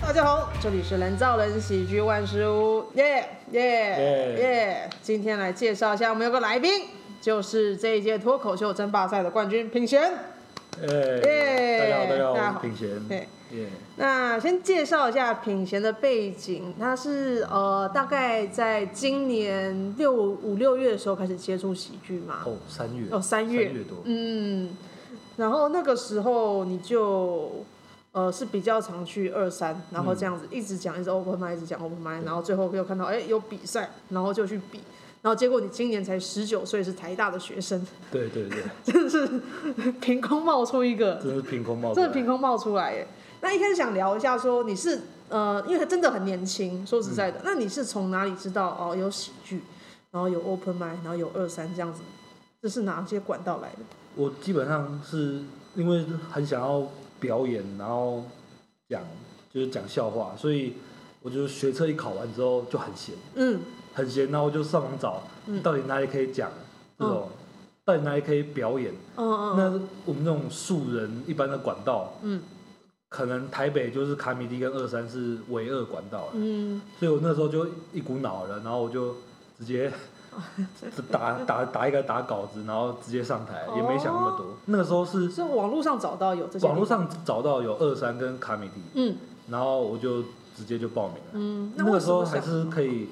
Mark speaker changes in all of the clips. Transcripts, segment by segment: Speaker 1: 大家好，这里是人造人喜剧万事屋，耶耶
Speaker 2: 耶
Speaker 1: 耶！今天来介绍一下，我们有个来宾，就是这一届脱口秀争霸赛的冠军品贤。耶
Speaker 2: 哎，大家好，大家好，
Speaker 1: 大家
Speaker 2: 我
Speaker 1: 好
Speaker 2: 是品贤。
Speaker 1: 对，
Speaker 2: 耶，
Speaker 1: 那先介绍一下品贤的背景，他是呃大概在今年六五六月的时候开始接触喜剧嘛，
Speaker 2: 哦，三月，
Speaker 1: 哦三月
Speaker 2: 三月多，
Speaker 1: 嗯，然后那个时候你就呃是比较常去二三，然后这样子一直讲一直 open m i 一直讲 open m i 然后最后又看到哎有比赛，然后就去比，然后结果你今年才十九岁，是台大的学生，
Speaker 2: 对对 对，
Speaker 1: 真的是凭空冒出一个，
Speaker 2: 真是凭空冒出
Speaker 1: 真
Speaker 2: 来
Speaker 1: 的凭空冒出来耶。那一开始想聊一下说你是呃，因为他真的很年轻，说实在的，那你是从哪里知道哦有喜剧，然后有 open m i 然后有二三这样子，这是哪些管道来的？
Speaker 2: 我基本上是因为很想要表演，然后讲就是讲笑话，所以我就学测一考完之后就很闲，
Speaker 1: 嗯。
Speaker 2: 很闲，然后我就上网找
Speaker 1: 嗯
Speaker 2: 到底哪里可以讲这种，到底哪里可以表演。
Speaker 1: 嗯
Speaker 2: 那
Speaker 1: 嗯
Speaker 2: 我们这种素人一般的管道，
Speaker 1: 嗯
Speaker 2: 可能台北就是卡米蒂跟二三是唯二管道了。
Speaker 1: 嗯
Speaker 2: 所以我那时候就一股脑了，然后我就直接打打打一个打稿子，然后直接上台，也没想那么多。那个时候
Speaker 1: 嗯，
Speaker 2: 是
Speaker 1: 是网络上找到有这些地方。
Speaker 2: 网络上找到有二三跟卡米蒂，
Speaker 1: 嗯
Speaker 2: 然后我就直接就报名了。
Speaker 1: 嗯，
Speaker 2: 那
Speaker 1: 为
Speaker 2: 个
Speaker 1: 什
Speaker 2: 时
Speaker 1: 么
Speaker 2: 候还
Speaker 1: 想
Speaker 2: 是可以，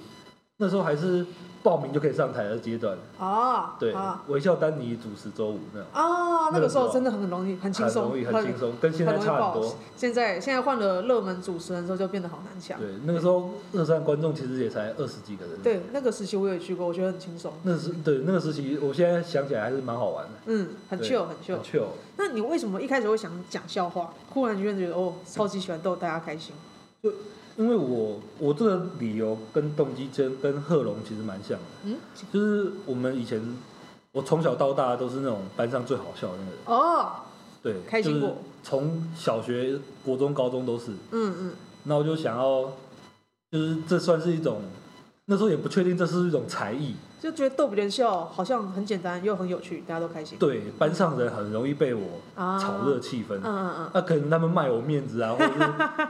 Speaker 2: 那时候还是报名就可以上台的阶段。
Speaker 1: 啊
Speaker 2: 对
Speaker 1: 啊，
Speaker 2: 微笑丹尼主持周五那种，
Speaker 1: 啊，那
Speaker 2: 那
Speaker 1: 个
Speaker 2: 个
Speaker 1: 时
Speaker 2: 时
Speaker 1: 候
Speaker 2: 候
Speaker 1: 真的很容易，很轻松，
Speaker 2: 很容易，很轻松，跟现
Speaker 1: 很
Speaker 2: 在
Speaker 1: 容易
Speaker 2: 差
Speaker 1: 爆
Speaker 2: 很多。。
Speaker 1: 现在现在换了热门主持人之后，就变得好难抢。
Speaker 2: 对，那个时候二三观众其实也才二十几个人。，
Speaker 1: 对，那个时期我也去过，我觉得很轻松，
Speaker 2: 那时对那个时期，我现在想起来还是蛮好玩的，
Speaker 1: 嗯，很
Speaker 2: 对
Speaker 1: chill 很 chill
Speaker 2: 很。chill。
Speaker 1: 那你为什么一开始会想讲笑话？忽然间觉得哦，超级喜欢逗大家开心。
Speaker 2: 因为我我这个理由跟动机真跟贺龙其实蛮像的，
Speaker 1: 嗯，
Speaker 2: 就是我们以前我从小到大都是那种班上最好笑的那个人，
Speaker 1: 哦，
Speaker 2: 对，
Speaker 1: 开心
Speaker 2: 就是
Speaker 1: 果
Speaker 2: 从小学、国中、高中都是。
Speaker 1: 嗯嗯，
Speaker 2: 那我就想要，就是这算是一种，那时候也不确定这是一种才艺，
Speaker 1: 就觉得逗别人笑好像很简单又很有趣，大家都开心。
Speaker 2: 对，班上人很容易被我
Speaker 1: 啊，
Speaker 2: 炒热气氛
Speaker 1: 嗯，嗯嗯，
Speaker 2: 那可能他们卖我面子啊，或者是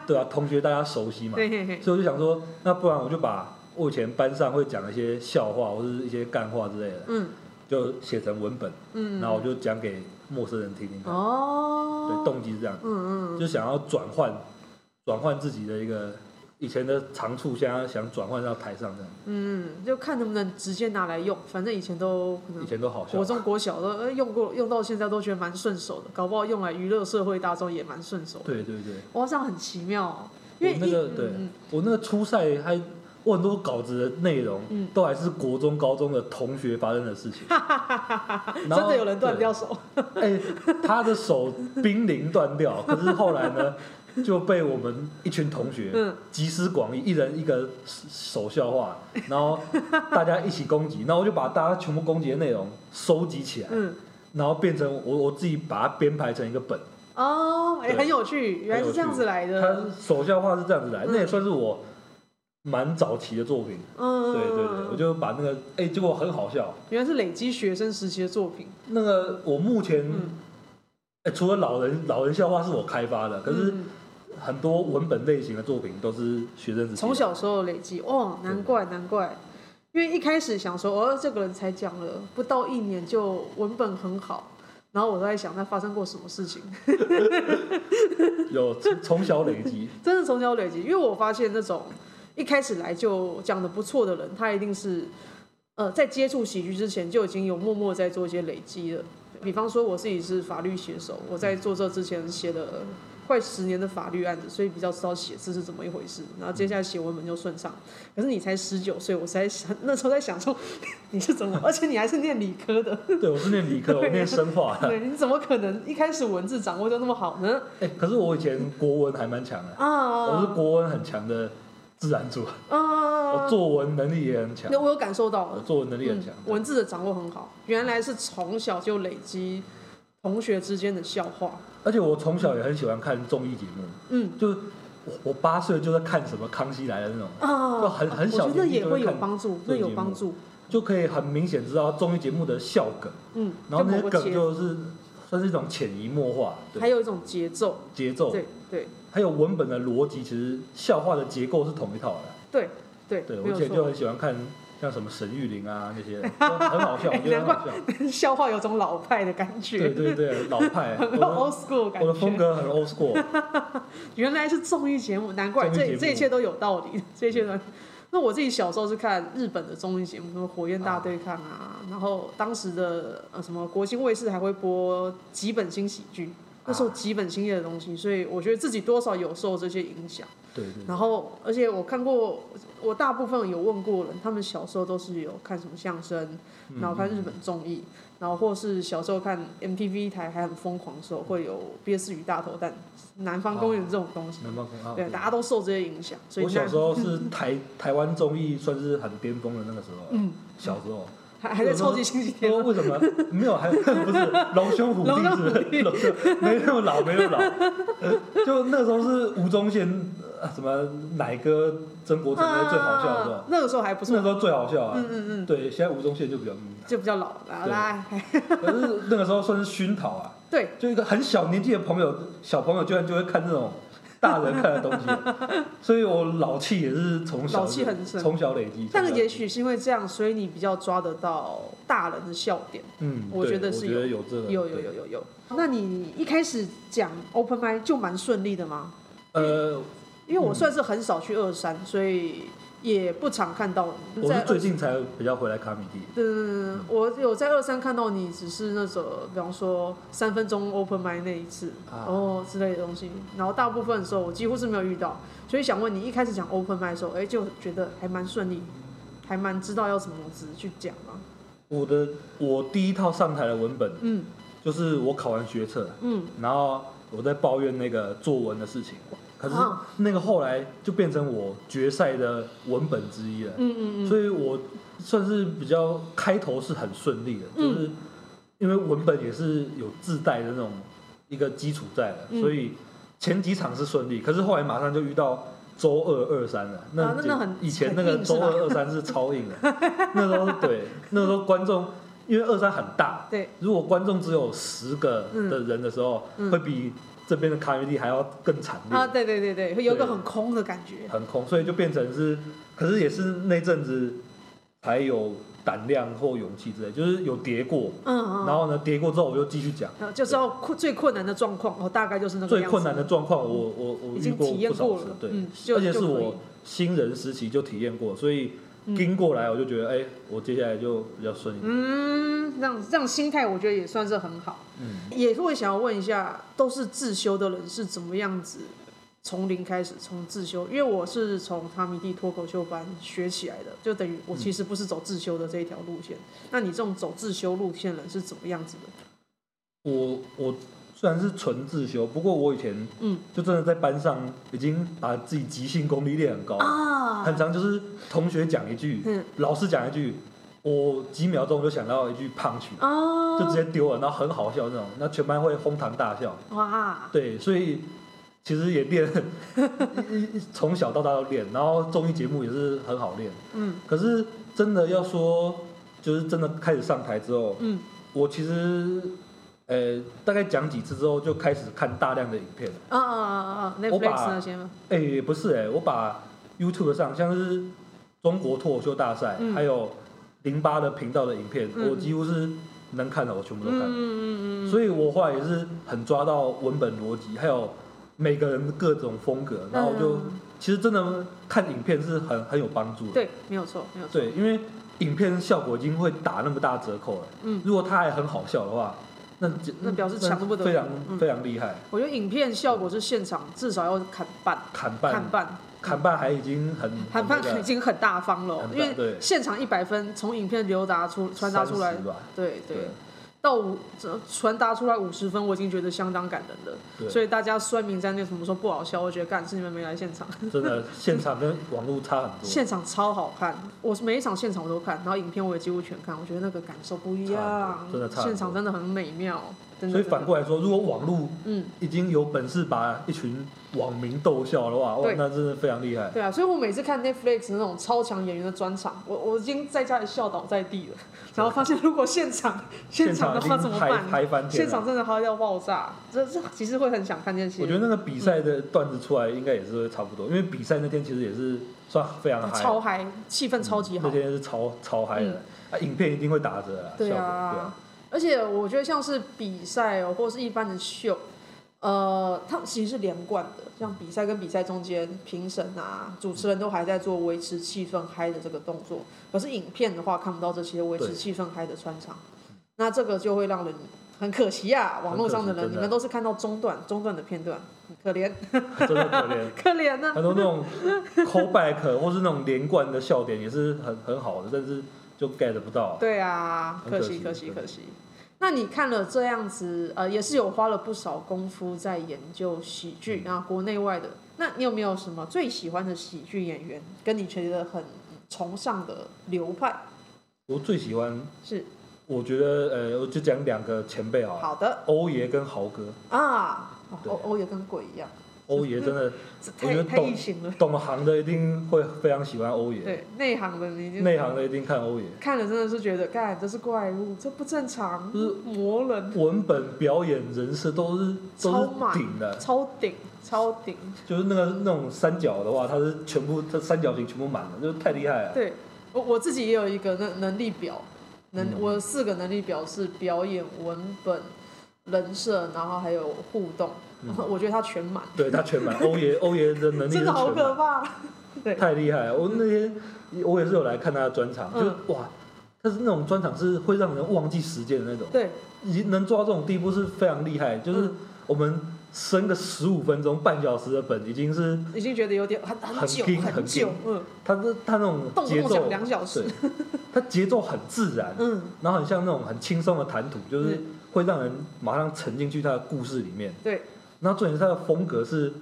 Speaker 2: 对啊，同学大家熟悉 嘛，
Speaker 1: 对嘿嘿，
Speaker 2: 所以我就想说，那不然我就把我以前班上会讲一些笑话或者是一些干话之类的，
Speaker 1: 嗯
Speaker 2: 就写成文本，
Speaker 1: 嗯，
Speaker 2: 然后我就讲给陌生人听听看。
Speaker 1: 哦，
Speaker 2: 对，动机是这样，
Speaker 1: 嗯嗯
Speaker 2: 就想要转换，转换自己的一个以前的长处，现在想转换到台上这样。
Speaker 1: 嗯，就看能不能直接拿来用，反正以前都可
Speaker 2: 以
Speaker 1: 能
Speaker 2: 前都好笑
Speaker 1: 国，中国小都呃用过，用到现在都觉得蛮顺手的，搞不好用来娱乐社会大众也蛮顺手的。
Speaker 2: 对对对，
Speaker 1: 哇，这样很奇妙、哦，因为
Speaker 2: 我那
Speaker 1: 一
Speaker 2: 个对
Speaker 1: 嗯
Speaker 2: 我那个初赛还我很多稿子的内容
Speaker 1: 嗯，
Speaker 2: 都还是国中高中的同学发生的事情，
Speaker 1: 嗯
Speaker 2: 然
Speaker 1: 真
Speaker 2: 后
Speaker 1: 的有人断
Speaker 2: 对
Speaker 1: 掉手，
Speaker 2: 哎、他的手濒临断 掉，可是后来呢，就被我们一群同学
Speaker 1: 嗯，
Speaker 2: 集思广益，一人一个手笑话，然后大家一起攻击，然后我就把大家全部攻击的内容收集起来，
Speaker 1: 嗯，
Speaker 2: 然后变成我我自己把它编排成一个本。
Speaker 1: 哦，哎、
Speaker 2: 对
Speaker 1: 很有趣，原来是这样子来的，
Speaker 2: 他手笑话是这样子来，
Speaker 1: 嗯
Speaker 2: 那也算是我蛮早期的作品。
Speaker 1: 嗯，
Speaker 2: 对对对，我
Speaker 1: 嗯，
Speaker 2: 就把那个哎、结果很好笑。
Speaker 1: 原来是累积学生时期的作品，
Speaker 2: 那个我目前、
Speaker 1: 嗯，
Speaker 2: 哎除了老人老人笑话是我开发的，可是。
Speaker 1: 嗯
Speaker 2: 很多文本类型的作品都是学生时期的
Speaker 1: 从小时候累积，哦，难怪难怪，因为一开始想说，哦，这个人才讲了不到一年就文本很好，然后我都在想他发生过什么事情，
Speaker 2: 有从从小累积，
Speaker 1: 真的从小累积，因为我发现那种一开始来就讲的不错的人，他一定是呃在接触喜剧之前就已经有默默在做一些累积了。比方说我自己是法律写手，我在做这之前写了快十年的法律案子，所以比较知道写字是怎么一回事。然后接下来写文本就顺畅。可是你才十九岁，我实在想那时候在想说你是怎么， 而且你还是念理科的，
Speaker 2: 对我是念理科，我念生化的。
Speaker 1: 对，你怎么可能一开始文字掌握就那么好呢？
Speaker 2: 哎、可是我以前国文还蛮强的，我是
Speaker 1: 啊，
Speaker 2: 国文很强的自然
Speaker 1: 哦
Speaker 2: 组，哦我
Speaker 1: 啊，
Speaker 2: 作文能力也很强
Speaker 1: 那，我有感受到
Speaker 2: 我，作文能力很强。
Speaker 1: 嗯文字的掌握很好，原来是从小就累积同学之间的笑话。
Speaker 2: 而且我从小也很喜欢看综艺节目，
Speaker 1: 嗯
Speaker 2: 就是我我八岁就在看什么《康熙来了》那种，
Speaker 1: 啊，
Speaker 2: 就很很小
Speaker 1: 我觉得
Speaker 2: 年纪
Speaker 1: 也
Speaker 2: 就
Speaker 1: 会
Speaker 2: 会
Speaker 1: 有
Speaker 2: 看
Speaker 1: 帮助，那
Speaker 2: 这个
Speaker 1: 有
Speaker 2: 节
Speaker 1: 帮
Speaker 2: 目
Speaker 1: 助。
Speaker 2: 就可以很明显知道综艺节目的笑梗，
Speaker 1: 嗯，
Speaker 2: 然后
Speaker 1: 某
Speaker 2: 那些
Speaker 1: 个
Speaker 2: 梗
Speaker 1: 节
Speaker 2: 就是算是一种潜移默化，
Speaker 1: 还
Speaker 2: 对，
Speaker 1: 有一种节奏，
Speaker 2: 节奏，
Speaker 1: 对对
Speaker 2: 还有文本的逻辑，其实笑话的结构是同一套的。
Speaker 1: 对对，
Speaker 2: 对，
Speaker 1: 没
Speaker 2: 我以
Speaker 1: 有
Speaker 2: 前就
Speaker 1: 错。
Speaker 2: 很喜欢看像什么沈玉琳啊 那些，都很好
Speaker 1: 哎
Speaker 2: 笑，我觉得很好笑。
Speaker 1: 笑话有种老派的感
Speaker 2: 对
Speaker 1: 觉，
Speaker 2: 对对，老派，我
Speaker 1: 很
Speaker 2: 的
Speaker 1: old school 的感
Speaker 2: 我的风
Speaker 1: 觉。
Speaker 2: 格很 old school。
Speaker 1: 原来是综艺节目，难怪
Speaker 2: 综艺节
Speaker 1: 这
Speaker 2: 目
Speaker 1: 这一切都有道理， 这一切都。那我自己小时候是看日本的综艺节目，什么《火焰大对抗》啊，然后当时的呃什么国新卫视还会播吉本新喜剧，
Speaker 2: 啊
Speaker 1: 那时候吉本兴业的东西，所以我觉得自己多少有受这些影响。
Speaker 2: 对对，
Speaker 1: 然后，而且我看过，我大部分有问过人，他们小时候都是有看什么相声，
Speaker 2: 嗯
Speaker 1: 然后看日本综艺，然后或是小时候看 MTV 台还很疯狂的时候，会有憋死鱼大头蛋、南方公园这种东西，
Speaker 2: 南方公啊，
Speaker 1: 对，大家都受这些影响，所以
Speaker 2: 我小时
Speaker 1: 那
Speaker 2: 候是 台台湾综艺算是很巅峰的那个时候，嗯，小时候。
Speaker 1: 还还在超级星期天
Speaker 2: 说为什么没有？ 还不是龙兄虎弟
Speaker 1: 龙兄
Speaker 2: 是不是龙兄没那么老，没那么老。就那时候是吴宗宪、呃什么奶哥、曾国成那些最好笑的时候
Speaker 1: 啊，那个时候还不错，
Speaker 2: 那时候最好笑啊。
Speaker 1: 嗯嗯嗯，
Speaker 2: 对，现在吴宗宪就比较嗯，
Speaker 1: 就比较老了
Speaker 2: 对
Speaker 1: 啦，还
Speaker 2: 可是那个时候算是熏陶啊，
Speaker 1: 对，
Speaker 2: 就一个很小年纪的朋友，小朋友居然就会看这种大人看的 东西，所以我老气也是从小
Speaker 1: 老气横生
Speaker 2: 从小累积。
Speaker 1: 但是
Speaker 2: 从小
Speaker 1: 也许是因为这样，所以你比较抓得到大人的笑点。
Speaker 2: 嗯，
Speaker 1: 我
Speaker 2: 对
Speaker 1: 觉得是
Speaker 2: 我觉得有这个
Speaker 1: 有有
Speaker 2: 对
Speaker 1: 有有有。那你一开始讲 open m i 就蛮顺利的吗？
Speaker 2: 呃，
Speaker 1: 因为我算是很少去二三，所以也不常看到你。
Speaker 2: 我
Speaker 1: 在
Speaker 2: 是
Speaker 1: 二
Speaker 2: 最近才比较回来卡米蒂。
Speaker 1: 嗯，我有在二三看到你，只是那种比方说三分钟 open m i 那一次、
Speaker 2: 啊
Speaker 1: 哦之类的东西，然后大部分的时候我几乎是没有遇到，所以想问你一开始讲 open m i 的时候，哎、就觉得还蛮顺利，还蛮知道要怎么子去讲嘛。
Speaker 2: 我的我第一套上台的文本
Speaker 1: 嗯
Speaker 2: 就是我考完学测，
Speaker 1: 嗯，
Speaker 2: 然后我在抱怨那个作文的事情，可是
Speaker 1: 啊
Speaker 2: 那个后来就变成我决赛的文本之一了。
Speaker 1: 嗯嗯嗯，
Speaker 2: 所以我算是比较开头是很顺利的，
Speaker 1: 嗯
Speaker 2: 就是因为文本也是有自带的那种一个基础在的，
Speaker 1: 嗯
Speaker 2: 所以前几场是顺利，可是后来马上就遇到周二二三了，
Speaker 1: 啊那
Speaker 2: 简
Speaker 1: 那很
Speaker 2: 以前那
Speaker 1: 很
Speaker 2: 个
Speaker 1: 硬是
Speaker 2: 周
Speaker 1: 吧
Speaker 2: 二二三是超硬的，那时候 对那时候观众因为二三很大，
Speaker 1: 对，
Speaker 2: 如果观众只有十个的人的时候，
Speaker 1: 嗯嗯
Speaker 2: 会比这边的卡米蒂还要更惨烈。
Speaker 1: 啊，对对对对，会有一个
Speaker 2: 对
Speaker 1: 很空的感觉。
Speaker 2: 很空，所以就变成是，可是也是那阵子才有胆量或勇气之类，就是有跌过，
Speaker 1: 嗯嗯，
Speaker 2: 然后呢跌过之后我又继续讲。
Speaker 1: 然后就知道困最困难的状况，哦，大概就是那个
Speaker 2: 最
Speaker 1: 样子
Speaker 2: 困难的状况我，我我
Speaker 1: 已
Speaker 2: 遇
Speaker 1: 经
Speaker 2: 过
Speaker 1: 体验
Speaker 2: 不少
Speaker 1: 过
Speaker 2: 次
Speaker 1: 了，，
Speaker 2: 对，
Speaker 1: 嗯，就
Speaker 2: 而且是
Speaker 1: 就可以
Speaker 2: 我新人时期就体验过，所以
Speaker 1: 嗯
Speaker 2: 跟过来我就觉得，哎、我接下来就比较顺一点。
Speaker 1: 嗯，这样这样心态，我觉得也算是很好。
Speaker 2: 嗯，
Speaker 1: 也会想要问一下，都是自修的人是怎么样子从零开始，从自修？因为我是从塔米蒂脱口秀班学起来的，就等于我其实不是走自修的这一条路线。那你这种走自修路线的人是怎么样子的？
Speaker 2: 我我虽然是纯自修，不过我以前
Speaker 1: 嗯
Speaker 2: 就真的在班上已经把自己即兴功力练很高了。
Speaker 1: 啊
Speaker 2: 哦很常就是同学讲一句，
Speaker 1: 嗯
Speaker 2: 老师讲一句，我几秒钟就想到一句胖曲，
Speaker 1: 啊，
Speaker 2: 就直接丢了，然后很好笑那种，那全班会哄堂大笑。
Speaker 1: 哇，
Speaker 2: 对，所以其实也练， 一一从小到大都练，然后综艺节目也是很好练。
Speaker 1: 嗯
Speaker 2: 可是真的要说，就是真的开始上台之后，
Speaker 1: 嗯
Speaker 2: 我其实呃大概讲几次之后就开始看大量的影片了。
Speaker 1: 啊啊啊啊
Speaker 2: 我把
Speaker 1: ，Netflix 那些吗？
Speaker 2: 哎、也不是哎、我把 YouTube 上像是中国脱口秀大赛，
Speaker 1: 嗯
Speaker 2: 还有零八的频道的影片，
Speaker 1: 嗯
Speaker 2: 我几乎是能看的我全部都看，
Speaker 1: 嗯嗯嗯
Speaker 2: 所以我后来也是很抓到文本逻辑，还有每个人各种风格，然后我就、
Speaker 1: 嗯
Speaker 2: 其实真的看影片是很很有帮助
Speaker 1: 嗯，
Speaker 2: 的，
Speaker 1: 对，没有错，没有错，
Speaker 2: 对，因为影片效果已经会打那么大折扣了，
Speaker 1: 嗯。
Speaker 2: 如果它还很好笑的话，那就
Speaker 1: 那表示强得不得了
Speaker 2: 非常、
Speaker 1: 嗯
Speaker 2: 非常厉害，
Speaker 1: 我觉得影片效果是现场至少要砍半，
Speaker 2: 砍半
Speaker 1: 砍半，
Speaker 2: 砍半还已经很
Speaker 1: 砍
Speaker 2: 那个
Speaker 1: 半已经很大方了哦，
Speaker 2: 很
Speaker 1: 因
Speaker 2: 大
Speaker 1: 为
Speaker 2: 对
Speaker 1: 现场一百分从影片流达出传达出来
Speaker 2: 30，吧，
Speaker 1: 对对
Speaker 2: 对，
Speaker 1: 到五这传达出来五十分，我已经觉得相当感人了。
Speaker 2: 对，
Speaker 1: 所以大家酸民在那什么说不好笑，我觉得干是你们没来现场，
Speaker 2: 真的现场跟网络差很多，
Speaker 1: 现场超好看，我是每一场现场我都看，然后影片我也几乎全看，我觉得那个感受不一
Speaker 2: 差很
Speaker 1: 样
Speaker 2: 多真的，差很多
Speaker 1: 现场真的很美妙。真的
Speaker 2: 所以
Speaker 1: 真的
Speaker 2: 反过来说，如果网络
Speaker 1: 嗯，
Speaker 2: 已经有本事把一群网民逗笑的话，哇，
Speaker 1: 对
Speaker 2: 那真的非常厉害。
Speaker 1: 对啊，所以我每次看 Netflix 那种超强演员的专场，我我已经在家里笑倒在地了，然后发现如果现 场现场的
Speaker 2: 啊已
Speaker 1: 话怎么
Speaker 2: 经嗨
Speaker 1: 办？
Speaker 2: 嗨翻天
Speaker 1: 现场
Speaker 2: 了。
Speaker 1: 真的嗨到爆炸，这这其实会很想看这些。
Speaker 2: 我觉得那个比赛的段子出来应该也是会差不多，因为比赛那天其实也是算非常嗨，
Speaker 1: 超嗨，气氛超级好嗯
Speaker 2: 那。天是超超嗨的，啊，影片一定会打折啊，
Speaker 1: 对
Speaker 2: 效果对
Speaker 1: 啊，而且我觉得像是比赛哦，或是一般的秀，呃，它其实是连贯的，像比赛跟比赛中间，评审啊、主持人都还在做维持气氛嗨的这个动作。可是影片的话，看不到这些维持
Speaker 2: 对
Speaker 1: 气氛嗨的穿插，那这个就会让人很可惜啊。网络上的
Speaker 2: 很
Speaker 1: 人，
Speaker 2: 可惜真的
Speaker 1: 你们都是看到中段、中段的片段，很可怜，
Speaker 2: 啊真的可
Speaker 1: 可
Speaker 2: 怜。
Speaker 1: 怜啊呐、
Speaker 2: 很多那种 callback 或是那种连贯的笑点也是很很好的，但是就 get 不到。
Speaker 1: 对啊，
Speaker 2: 很
Speaker 1: 可
Speaker 2: 可
Speaker 1: 惜
Speaker 2: 惜
Speaker 1: 可惜
Speaker 2: 真的
Speaker 1: 可惜。那你看了这样子，呃，也是有花了不少功夫在研究喜
Speaker 2: 嗯
Speaker 1: 剧，然后国内外的。那你有没有什么最喜欢的喜剧演员，跟你觉得很崇尚的流派？
Speaker 2: 我最喜欢，
Speaker 1: 是
Speaker 2: 我觉得呃，我就讲两个前辈啊，
Speaker 1: 好的
Speaker 2: 欧爷跟豪哥。
Speaker 1: 啊，哦
Speaker 2: 对
Speaker 1: 欧欧也跟鬼一样，
Speaker 2: 欧爷真的
Speaker 1: 这
Speaker 2: 我觉
Speaker 1: 太
Speaker 2: 得
Speaker 1: 太
Speaker 2: 懂
Speaker 1: 异形了。
Speaker 2: 懂行的一定会非常喜欢欧爷，
Speaker 1: 对，内行的你已经
Speaker 2: 内行的一定看欧爷。
Speaker 1: 看了真的是觉得，干这是怪物，这不正常，
Speaker 2: 就是
Speaker 1: 魔人，
Speaker 2: 文本、表演、人设都是都
Speaker 1: 超满
Speaker 2: 是顶的，
Speaker 1: 超顶超顶。
Speaker 2: 就是那个那种三角的话，它是全部它三角形全部满了，就是太厉害了。
Speaker 1: 对，我我自己也有一个能能力表，能、
Speaker 2: 嗯
Speaker 1: 我有四个能力表是表演、文本、人设，然后还有互动，
Speaker 2: 嗯
Speaker 1: 我觉得它全满，
Speaker 2: 对他 全满，欧爷欧爷的能力
Speaker 1: 真
Speaker 2: 是
Speaker 1: 的好
Speaker 2: 全满
Speaker 1: 可怕。 对，
Speaker 2: 太厉害了！我那天我也是有来看他的专
Speaker 1: 嗯
Speaker 2: 场，就是哇，他是那种专场是会让人忘记时间的那种，
Speaker 1: 对，
Speaker 2: 已经能做到这种地步是非常厉害。就是
Speaker 1: 嗯
Speaker 2: 我们升个十五分钟、半小时的本，已经是
Speaker 1: 已经觉得有点很很
Speaker 2: 很
Speaker 1: 久
Speaker 2: 硬很
Speaker 1: 久，嗯，
Speaker 2: 他是他那种
Speaker 1: 动不
Speaker 2: 节
Speaker 1: 动讲
Speaker 2: 奏，
Speaker 1: 两小时，
Speaker 2: 对，他节奏很自然，
Speaker 1: 嗯，
Speaker 2: 然后很像那种很轻松的谈吐，就是会让人马上沉浸去他的故事里面。
Speaker 1: 对，
Speaker 2: 然后重点是他的风格是，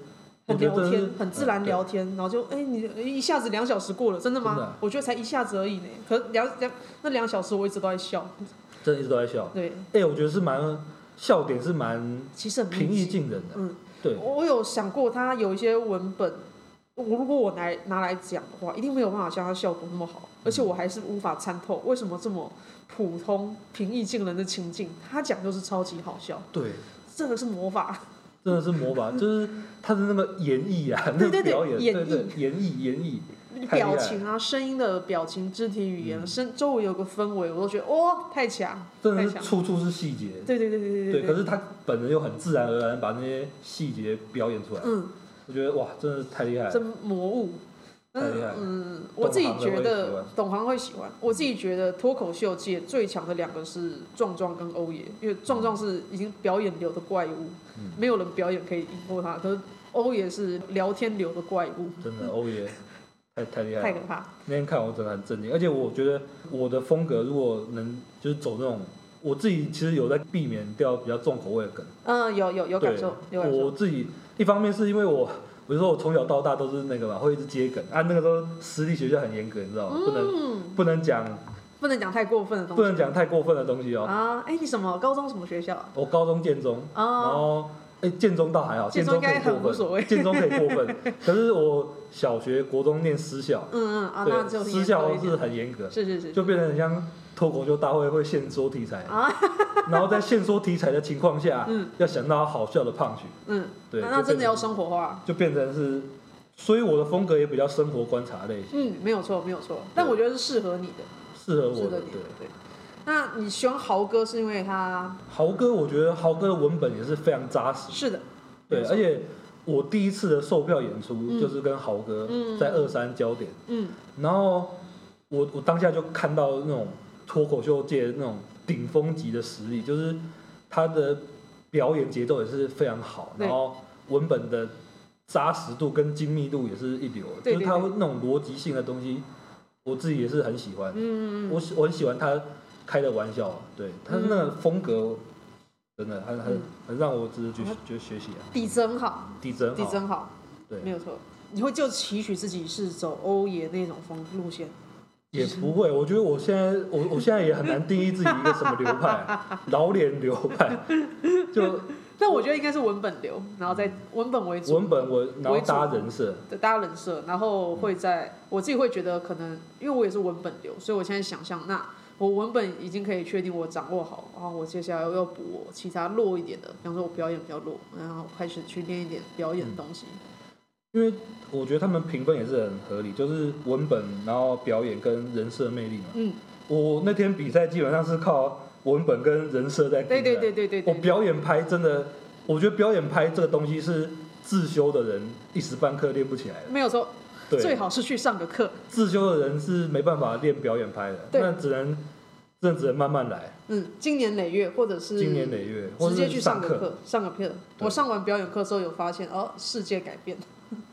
Speaker 2: 我
Speaker 1: 很
Speaker 2: 觉
Speaker 1: 聊
Speaker 2: 得真的
Speaker 1: 天
Speaker 2: 是，
Speaker 1: 很自然
Speaker 2: 嗯对
Speaker 1: 聊天，然后就哎、你一下子两小时过了，真的吗？
Speaker 2: 真的
Speaker 1: 我觉得才一下子而已呢，可两两那两小时我一直都在笑，
Speaker 2: 真的一直都在笑。
Speaker 1: 对，
Speaker 2: 哎、我觉得是蛮笑点是蛮
Speaker 1: 其实很
Speaker 2: 平易近人的，
Speaker 1: 嗯，
Speaker 2: 对。
Speaker 1: 我我有想过，他有一些文本，我如果我拿拿来讲的话，一定没有办法像他效果那么好，而且我还是无法参透为什么这么普通、平易近人的情境，他讲就是超级好笑，
Speaker 2: 对，
Speaker 1: 这个是魔法。
Speaker 2: 真的是魔法，就是他的那个演绎啊，
Speaker 1: 对
Speaker 2: 那
Speaker 1: 对对
Speaker 2: 个表演，
Speaker 1: 演
Speaker 2: 对对，演绎演绎，太厉害
Speaker 1: 表
Speaker 2: 了嗯
Speaker 1: 情啊，声音的表情、肢体语言、身、周围有个氛围，我都觉得哦，太强，
Speaker 2: 真的
Speaker 1: 太
Speaker 2: 是
Speaker 1: 强。
Speaker 2: 处处是细节。
Speaker 1: 对对对对对
Speaker 2: 对，可是他本人又很自然而然把那些细节表演出来，
Speaker 1: 嗯，
Speaker 2: 我觉得哇，真的是太厉害了。
Speaker 1: 真魔物。
Speaker 2: 太厉害了
Speaker 1: 嗯，我自己觉
Speaker 2: 懂行的我也喜
Speaker 1: 得懂行会喜
Speaker 2: 欢
Speaker 1: 欢。我自己觉得脱口秀界最强的两个是壮壮跟欧爷，因为壮壮是已经表演流的怪物，
Speaker 2: 嗯
Speaker 1: 没有人表演可以赢过他。可是欧爷是聊天流的怪物，
Speaker 2: 真的，欧耶，太太厉害
Speaker 1: 嗯太
Speaker 2: 了
Speaker 1: 可。怕。
Speaker 2: 那天看我真的很震惊，而且我觉得我的风格如果能就是走那种，我自己其实有在避免掉比较重口味的梗。
Speaker 1: 嗯，有有有感受，有感受。
Speaker 2: 我自己一方面是因为我，我就说我从小到大都是那个嘛，会一直接梗啊。那个时候私立学校很严格，你知道吗？不能
Speaker 1: 嗯，
Speaker 2: 不能讲
Speaker 1: 不能讲太过分的东
Speaker 2: 不
Speaker 1: 西
Speaker 2: 能讲太过分的东西哦。
Speaker 1: 啊。哎，你什么高中什么学校啊？
Speaker 2: 我高中建中，然
Speaker 1: 啊，
Speaker 2: 后哎建中倒还好，
Speaker 1: 建
Speaker 2: 建
Speaker 1: 中
Speaker 2: 中
Speaker 1: 应该
Speaker 2: 可以
Speaker 1: 很无
Speaker 2: 过
Speaker 1: 所谓
Speaker 2: 分，建中可以过分。可是我小学、国中念私校
Speaker 1: 嗯，嗯啊，那就是
Speaker 2: 对，私
Speaker 1: 严格
Speaker 2: 校
Speaker 1: 一
Speaker 2: 是
Speaker 1: 点
Speaker 2: 很严格，
Speaker 1: 是是是
Speaker 2: 就变得很像脱口秀大会会限缩 题材，
Speaker 1: 啊，
Speaker 2: 然后在限缩题材的情况下
Speaker 1: 嗯，
Speaker 2: 要想到好笑的胖曲，
Speaker 1: 嗯，
Speaker 2: 对，
Speaker 1: 那那
Speaker 2: 就
Speaker 1: 真的
Speaker 2: 变成
Speaker 1: 要生活化。
Speaker 2: 就变成是，所以我的风格也比较生活观察类型，
Speaker 1: 嗯，没有错，没有错。但我觉得是适合你的，
Speaker 2: 适合
Speaker 1: 适
Speaker 2: 我
Speaker 1: 合
Speaker 2: 的。
Speaker 1: 你的
Speaker 2: 对，。
Speaker 1: 对。那你喜欢豪哥是因为他
Speaker 2: 豪哥，我觉得豪哥的文本也是非常扎实，
Speaker 1: 是的，没
Speaker 2: 对，
Speaker 1: 有错
Speaker 2: 而且我第一次的售票演
Speaker 1: 嗯
Speaker 2: 出就是跟豪哥
Speaker 1: 嗯
Speaker 2: 在二三焦点，
Speaker 1: 嗯，
Speaker 2: 然后我我当下就看到那种脱口秀界那种顶峰级的实力，就是他的表演节奏也是非常好，
Speaker 1: 对
Speaker 2: 然后文本的扎实度跟精密度也是一流的，
Speaker 1: 对
Speaker 2: 就
Speaker 1: 对
Speaker 2: 是他
Speaker 1: 对
Speaker 2: 那种逻辑性的东西，我自己也是很喜欢，
Speaker 1: 嗯嗯嗯
Speaker 2: 我喜我很喜欢他开的玩笑，对他那个风格。真的很很
Speaker 1: 嗯
Speaker 2: 很让我值得去去学习啊，
Speaker 1: 底真好，
Speaker 2: 底真
Speaker 1: 底
Speaker 2: 好，
Speaker 1: 真好，
Speaker 2: 对
Speaker 1: 没有错。你会就期许自己是走欧爷那种风路线，
Speaker 2: 也不会，我觉得我现在我我现在也很难定义自己一个什么流派，老脸流派，就
Speaker 1: 但我觉得应该是文本流，然后再文本为主
Speaker 2: 嗯文本我然后
Speaker 1: 为主
Speaker 2: 搭人设，
Speaker 1: 对，大家人设，然后会在、我自己会觉得可能，因为我也是文本流，所以我现在想象，那我文本已经可以确定我掌握好，然后我接下来要补我其他弱一点的，比方说我表演比较弱，然后开始去练一点表演的东西。
Speaker 2: 因为我觉得他们评分也是很合理，就是文本，然后表演跟人设魅力嘛。
Speaker 1: 嗯，
Speaker 2: 我那天比赛基本上是靠文本跟人设在。
Speaker 1: 对对对。对对
Speaker 2: 嗯我
Speaker 1: 对，
Speaker 2: 表演拍真的，我觉得表演拍这个东西是自修的人一时半刻练不起来的。
Speaker 1: 没有说
Speaker 2: 对，
Speaker 1: 最好是去上个课，
Speaker 2: 自修的人是没办法练表演拍的，
Speaker 1: 对
Speaker 2: 那只能，那只能慢慢来，
Speaker 1: 嗯，经年累月或者是
Speaker 2: 经年累月，或
Speaker 1: 嗯直接
Speaker 2: 者
Speaker 1: 去
Speaker 2: 是
Speaker 1: 上个
Speaker 2: 课。
Speaker 1: 课，上个课。
Speaker 2: 对
Speaker 1: 我上完表演课之后有发现，哦，世界改变。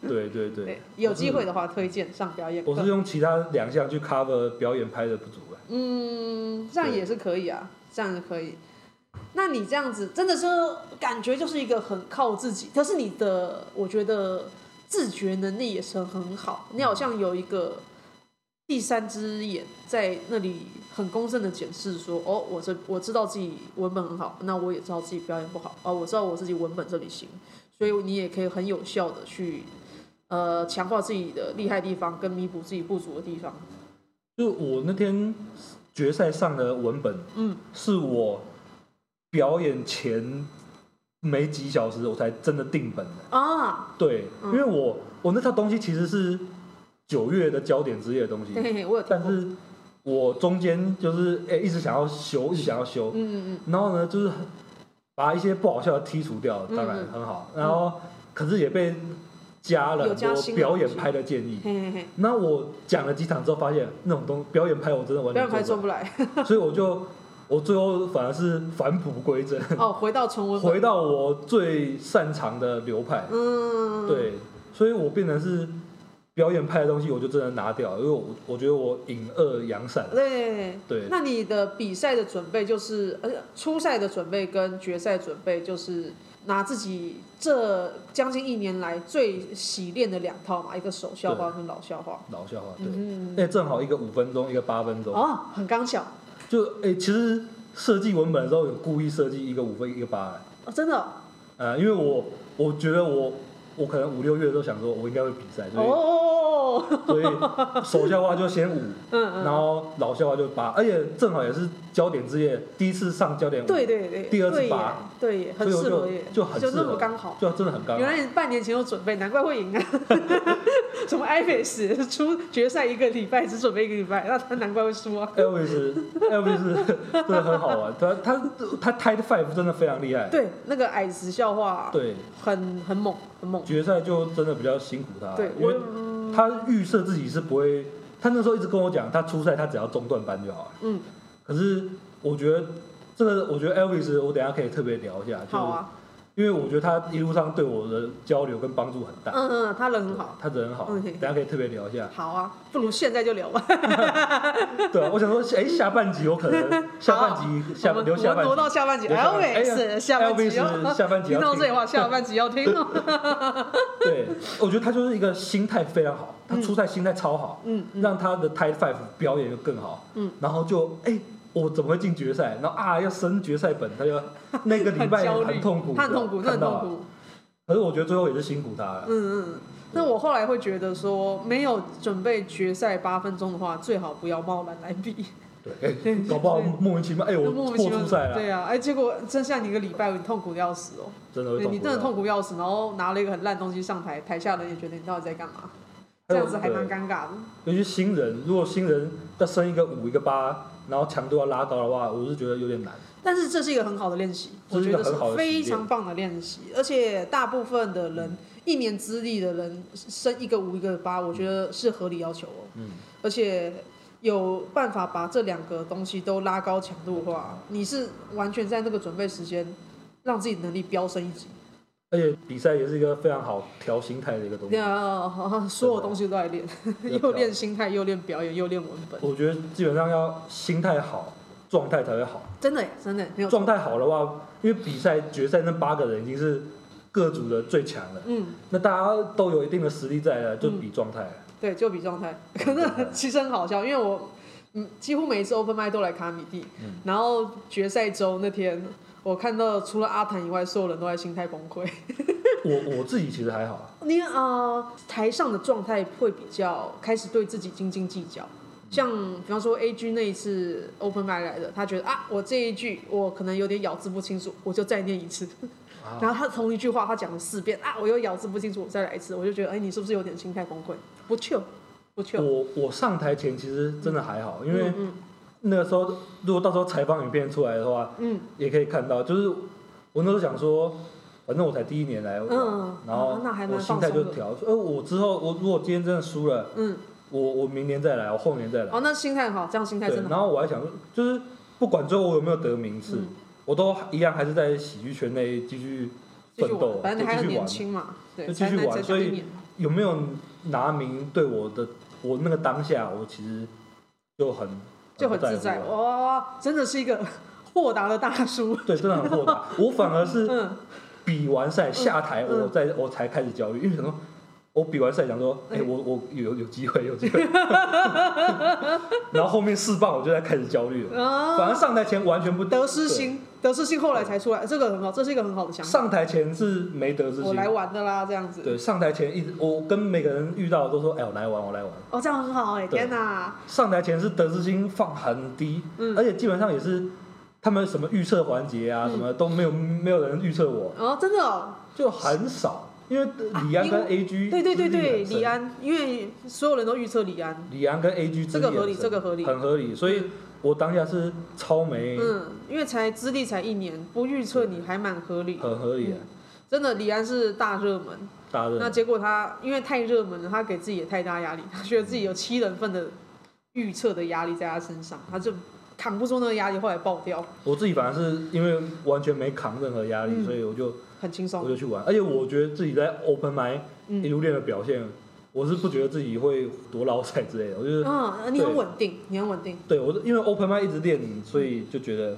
Speaker 2: 对对对，嗯
Speaker 1: 对，有机会的话推荐上表演
Speaker 2: 我是
Speaker 1: 课，
Speaker 2: 用其他两项去 cover 表演拍的不足啊的。
Speaker 1: 嗯，这样
Speaker 2: 对
Speaker 1: 也是可以啊，这样也可以。那你这样子真的是感觉就是一个很靠自己，可是你的我觉得自觉能力也是很好，你好像有一个第三只眼在那里很公正的检视说，哦，我这我知道自己文本很好，那我也知道自己表演不好，哦，我知道我自己文本这里行，所以你也可以很有效的去呃强化自己的厉害地方跟弥补自己不足的地方。
Speaker 2: 就我那天决赛上的文本，
Speaker 1: 嗯，
Speaker 2: 是我表演前没几小时我才真的定本的。
Speaker 1: 啊，
Speaker 2: 对，
Speaker 1: 嗯
Speaker 2: 因为我我那套东西其实是九月的焦点之夜的东
Speaker 1: 嘿
Speaker 2: 西，
Speaker 1: 嘿嘿，我有听
Speaker 2: 嗯但
Speaker 1: 过。
Speaker 2: 是我中间就是哎、一直想要修，一直想要修，
Speaker 1: 嗯嗯
Speaker 2: 然后呢就是把一些不好笑的剔除掉，
Speaker 1: 嗯
Speaker 2: 当然
Speaker 1: 嗯
Speaker 2: 很好，然后可是也被加了
Speaker 1: 有
Speaker 2: 很
Speaker 1: 加
Speaker 2: 多
Speaker 1: 新的
Speaker 2: 表
Speaker 1: 东
Speaker 2: 演
Speaker 1: 西
Speaker 2: 拍的建议
Speaker 1: 嗯，。嘿嘿嘿，
Speaker 2: 那我讲了几场之后，发现那种东表演拍我真的完
Speaker 1: 不然还
Speaker 2: 全
Speaker 1: 做
Speaker 2: 做不
Speaker 1: 不来。
Speaker 2: 来，所以我就我最后反而是返璞归真，
Speaker 1: 哦，回到纯文本。
Speaker 2: 回到我最擅长的流派。
Speaker 1: 嗯，，
Speaker 2: 对，所以我变成是表演派的东西，我就真的拿掉，因为我我觉得我引恶扬善。
Speaker 1: 对。
Speaker 2: 对，
Speaker 1: 那你的比赛的准备就是，呃，初赛的准备跟决赛准备就是拿自己这将近一年来最习练的两套嘛，一个手笑话跟老笑话。
Speaker 2: 老笑话，对，
Speaker 1: 嗯，
Speaker 2: 哎、正好一个五分钟，一个八分钟，
Speaker 1: 哦，很刚巧，
Speaker 2: 就哎、其实设计文本的时候有故意设计一个五分一个八、
Speaker 1: 哦真的哦
Speaker 2: 呃，因为我我觉得我我可能五六月的时候想说，我应该会比赛，所以
Speaker 1: 哦，
Speaker 2: 所以手笑话就先五，
Speaker 1: 嗯嗯，
Speaker 2: 然后老笑话就八，而且正好也是焦点之夜第一次上焦点舞，
Speaker 1: 对对对，
Speaker 2: 第二次
Speaker 1: 对耶
Speaker 2: 拔，
Speaker 1: 对耶，
Speaker 2: 所
Speaker 1: 很
Speaker 2: 以我
Speaker 1: 适合
Speaker 2: 就
Speaker 1: 耶，
Speaker 2: 就很适
Speaker 1: 那
Speaker 2: 合，
Speaker 1: 么刚好。
Speaker 2: 就真的很刚
Speaker 1: 原
Speaker 2: 好。
Speaker 1: 来你半年前有准备，难怪会赢啊！ 什么 IPS 出决赛一个礼拜，只准备一个礼拜，那他难怪会输啊！
Speaker 2: Elvis Elvis 真的很好玩，他他他 Tight Five 真的非常厉害，
Speaker 1: 对，那个矮子笑话，
Speaker 2: 对，
Speaker 1: 很很猛，很猛。
Speaker 2: 决赛就真的比较辛苦他，
Speaker 1: 对，
Speaker 2: 因
Speaker 1: 我嗯
Speaker 2: 为他预设自己是不会，他那时候一直跟我讲，他初赛他只要中段班就好了，
Speaker 1: 嗯，
Speaker 2: 可是我觉得这个，我觉得 Elvis 我等一下可以特别聊一下，就是
Speaker 1: 好啊，
Speaker 2: 因为我觉得他一路上对我的交流跟帮助很大，
Speaker 1: 嗯嗯，他人很好，
Speaker 2: 他人很好，
Speaker 1: 嗯
Speaker 2: 等一下可以特别聊一下。
Speaker 1: 好啊，不如现在就聊吧。
Speaker 2: 对啊，我想说，哎、下半集有可能，下半集下
Speaker 1: 我们
Speaker 2: 留下
Speaker 1: 我们
Speaker 2: 半
Speaker 1: 挪
Speaker 2: 集
Speaker 1: 到下半集
Speaker 2: 留下半集哎
Speaker 1: ，LVS 下半集哦
Speaker 2: ，Elvis，下半集
Speaker 1: 听
Speaker 2: 要
Speaker 1: 到这里
Speaker 2: 听。
Speaker 1: 的话，下半集要听哦。
Speaker 2: 对，我觉得他就是一个心态非常好，他
Speaker 1: 嗯
Speaker 2: 初赛心态超好，
Speaker 1: 嗯嗯
Speaker 2: 让他的 Tight Five 表演就更好。
Speaker 1: 嗯，
Speaker 2: 然后就哎、我怎么会进决赛？然后啊，要升决赛本，他就那个 礼
Speaker 1: 很
Speaker 2: 拜
Speaker 1: 焦虑，
Speaker 2: 很痛苦，
Speaker 1: 他很痛苦，那
Speaker 2: 看
Speaker 1: 很痛
Speaker 2: 到啊。
Speaker 1: 苦。
Speaker 2: 可是我觉得最后也是辛苦他了。
Speaker 1: 嗯，嗯，那我后来会觉得说，没有准备决赛八分钟的话，最好不要贸然来比，
Speaker 2: 对，哎搞不好莫名其妙，哎、
Speaker 1: 就
Speaker 2: 我
Speaker 1: 莫
Speaker 2: 过
Speaker 1: 名其妙
Speaker 2: 初赛了，
Speaker 1: 对啊，哎，结果剩下你一个礼拜，你痛苦的要死哦，
Speaker 2: 真的会
Speaker 1: 对
Speaker 2: 痛苦。
Speaker 1: 你真的痛苦要死，然后拿了一个很烂东西上台，台下人也觉得你到底在干 嘛，这
Speaker 2: 还有
Speaker 1: 样子还蛮
Speaker 2: 对
Speaker 1: 尴尬的。
Speaker 2: 尤其新人，如果新人再升一个五一个八，然后强度要拉高的话，我是觉得有点难。
Speaker 1: 但是这是一个很好的练习，
Speaker 2: 这
Speaker 1: 我
Speaker 2: 是一
Speaker 1: 觉得
Speaker 2: 个
Speaker 1: 是
Speaker 2: 很好的习
Speaker 1: 非
Speaker 2: 练
Speaker 1: 常棒的练习，而且大部分的人一年资历的人升一个五一个八，我觉得是合理要求哦。
Speaker 2: 嗯，
Speaker 1: 而且有办法把这两个东西都拉高强度的话，你是完全在那个准备时间让自己能力飙升一级，
Speaker 2: 而且比赛也是一个非常好调心态的一个 东西。
Speaker 1: 那哦所有东西都在练，
Speaker 2: 要
Speaker 1: 又练心态，又练表演，又练文本，
Speaker 2: 我觉得基本上要心态好，状态才会好。
Speaker 1: 真的耶真的耶没有错，
Speaker 2: 状态好的话，因为比赛决赛那八个人已经是各组的最强了，
Speaker 1: 嗯，
Speaker 2: 那大家都有一定的实力在了，就比状态了。
Speaker 1: 对，就比状态，可能其实很好笑，因为我嗯几乎每一次 open m i 都来卡米蒂，然后决赛周那天，我看到除了阿谭以外，所有人都在心态崩溃。
Speaker 2: 我我自己其实还好啊，
Speaker 1: 你啊、呃台上的状态会比较开始对自己斤斤计较。像比方说 A G 那一次 Open m i 来的，他觉得啊，我这一句我可能有点咬字不清楚，我就再念一次。
Speaker 2: 啊
Speaker 1: 然后他同一句话他讲了四遍啊，我又咬字不清楚，我再来一次，我就觉得哎、你是不是有点心态崩溃？不 c 不 c
Speaker 2: 我我上台前其实真的还好，因为
Speaker 1: 嗯嗯
Speaker 2: 那个时候如果到时候采访影片出来的话，
Speaker 1: 嗯
Speaker 2: 也可以看到，就是我那时候想说，反正我才第一年来，
Speaker 1: 嗯
Speaker 2: 然后
Speaker 1: 啊那还蛮
Speaker 2: 我心态就调，呃，我之后我如果今天真的输了，
Speaker 1: 嗯，
Speaker 2: 我我明年再来，我后年再来，
Speaker 1: 哦，那心态很好，这样心态
Speaker 2: 对
Speaker 1: 真，的好。
Speaker 2: 然后我还想说，就是不管最后我有没有得名次，
Speaker 1: 嗯
Speaker 2: 我都一样还是在喜剧圈内继续
Speaker 1: 继
Speaker 2: 奋
Speaker 1: 续
Speaker 2: 斗啊
Speaker 1: 玩，，反正你还
Speaker 2: 就
Speaker 1: 很
Speaker 2: 继续
Speaker 1: 年
Speaker 2: 玩，
Speaker 1: 轻嘛，对，
Speaker 2: 就继
Speaker 1: 才
Speaker 2: 续
Speaker 1: 能
Speaker 2: 玩
Speaker 1: 再
Speaker 2: 所以
Speaker 1: 一年。
Speaker 2: 有没有拿名对我的我那个当下，我其实就很
Speaker 1: 就很
Speaker 2: 啊不
Speaker 1: 自在，
Speaker 2: 乎了
Speaker 1: 哇，真的是一个豁达的大 叔。
Speaker 2: 对，真的很豁达。 我反而是
Speaker 1: 嗯，
Speaker 2: 比完赛下台，
Speaker 1: 嗯
Speaker 2: 我再我才开始焦虑，因为想说，我比完赛想说，哎、
Speaker 1: 哎
Speaker 2: 我我有有机会，有 机会。然后后面四棒我就在开始焦虑了，
Speaker 1: 啊，
Speaker 2: 反而上台前完全不
Speaker 1: 得失。心，得失心后来才出来，这个很好，这是一个很好的
Speaker 2: 对
Speaker 1: 想法。
Speaker 2: 上台前是没得失
Speaker 1: 我
Speaker 2: 心，
Speaker 1: 来玩的啦，这样子。
Speaker 2: 对，上台前一直我跟每个人遇到都说，哎、我来玩，我来玩。
Speaker 1: 哦，这样很好哎，
Speaker 2: 对
Speaker 1: 天哪！
Speaker 2: 上台前是得失心放很低，
Speaker 1: 嗯
Speaker 2: 而且基本上也是他们什么预测环节啊，什么都没有，没有人预测我，
Speaker 1: 哦，真的哦，
Speaker 2: 就很少。因为李
Speaker 1: 啊
Speaker 2: 安
Speaker 1: 因为
Speaker 2: 跟 A G
Speaker 1: 对对对对，李
Speaker 2: 安。
Speaker 1: 安，因为所有人都预测李安，
Speaker 2: 李阳跟 A G
Speaker 1: 这个合理这个合理
Speaker 2: 很合理。所以我当下是超没，
Speaker 1: 嗯，因为才资历才一年，不预测你还蛮合理。
Speaker 2: 很合理的，
Speaker 1: 真的，李安是大热门，
Speaker 2: 大热
Speaker 1: 嗯那
Speaker 2: 门。
Speaker 1: 结果他因为太热门了，他给自己也太大压力，他觉得自己有七人份的预测的压力在他身上，他就扛不住那个压力，后来爆掉，
Speaker 2: 我自己反而是因为完全没扛任何压力，
Speaker 1: 嗯
Speaker 2: 所以我就
Speaker 1: 很轻
Speaker 2: 我
Speaker 1: 松。
Speaker 2: 就去玩，而且我觉得自己在 Open m i
Speaker 1: 嗯
Speaker 2: 一路练的表现，我是不觉得自己会多老赛之类的，我就是
Speaker 1: 嗯，你很稳定，你很稳定。
Speaker 2: 对我是因为 Open m i 一直练，所以就觉得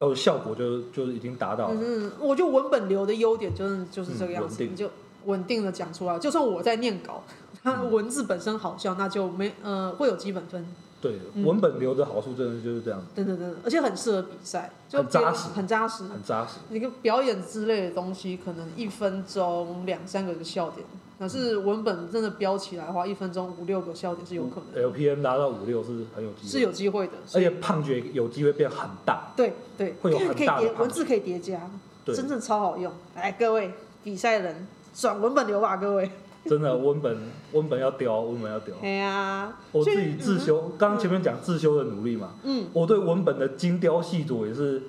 Speaker 2: 哦效果就就已经达到了。
Speaker 1: 嗯嗯，我觉得文本流的优点就是就是这个样
Speaker 2: 啊嗯稳
Speaker 1: 子，
Speaker 2: 定
Speaker 1: 你就稳定的讲出来。就算我在念稿， 它
Speaker 2: 嗯
Speaker 1: 文字本身好笑，那就没呃会有基本分，
Speaker 2: 对，
Speaker 1: 嗯
Speaker 2: 文本流的好处真的就是这样，
Speaker 1: 等等等等，而且很适合比赛，就
Speaker 2: 很扎
Speaker 1: 别人
Speaker 2: 实
Speaker 1: 很扎实。
Speaker 2: 很扎实。
Speaker 1: 一个表演之类的东西，可能一分钟两三个笑点，可是文本真的标起来的话，一分钟五六个笑点是有可能，
Speaker 2: LPM 拉到五六是很有
Speaker 1: 是
Speaker 2: 机会，
Speaker 1: 有机会的。
Speaker 2: 而且胖觉有机会变很大。
Speaker 1: 对对，
Speaker 2: 嗯会有
Speaker 1: 可以
Speaker 2: 很
Speaker 1: 可以
Speaker 2: 大的
Speaker 1: 叠
Speaker 2: 胖
Speaker 1: 文字可以叠加，
Speaker 2: 对
Speaker 1: 真正超好用。来，各位比赛人转文本流吧，各位。
Speaker 2: 真的温本温本要雕，温本要雕。
Speaker 1: 哎呀，
Speaker 2: 哦 我
Speaker 1: 所以
Speaker 2: 自己自修，刚刚前面讲自修的努力嘛，
Speaker 1: 嗯
Speaker 2: 我对文本的精雕细琢也是，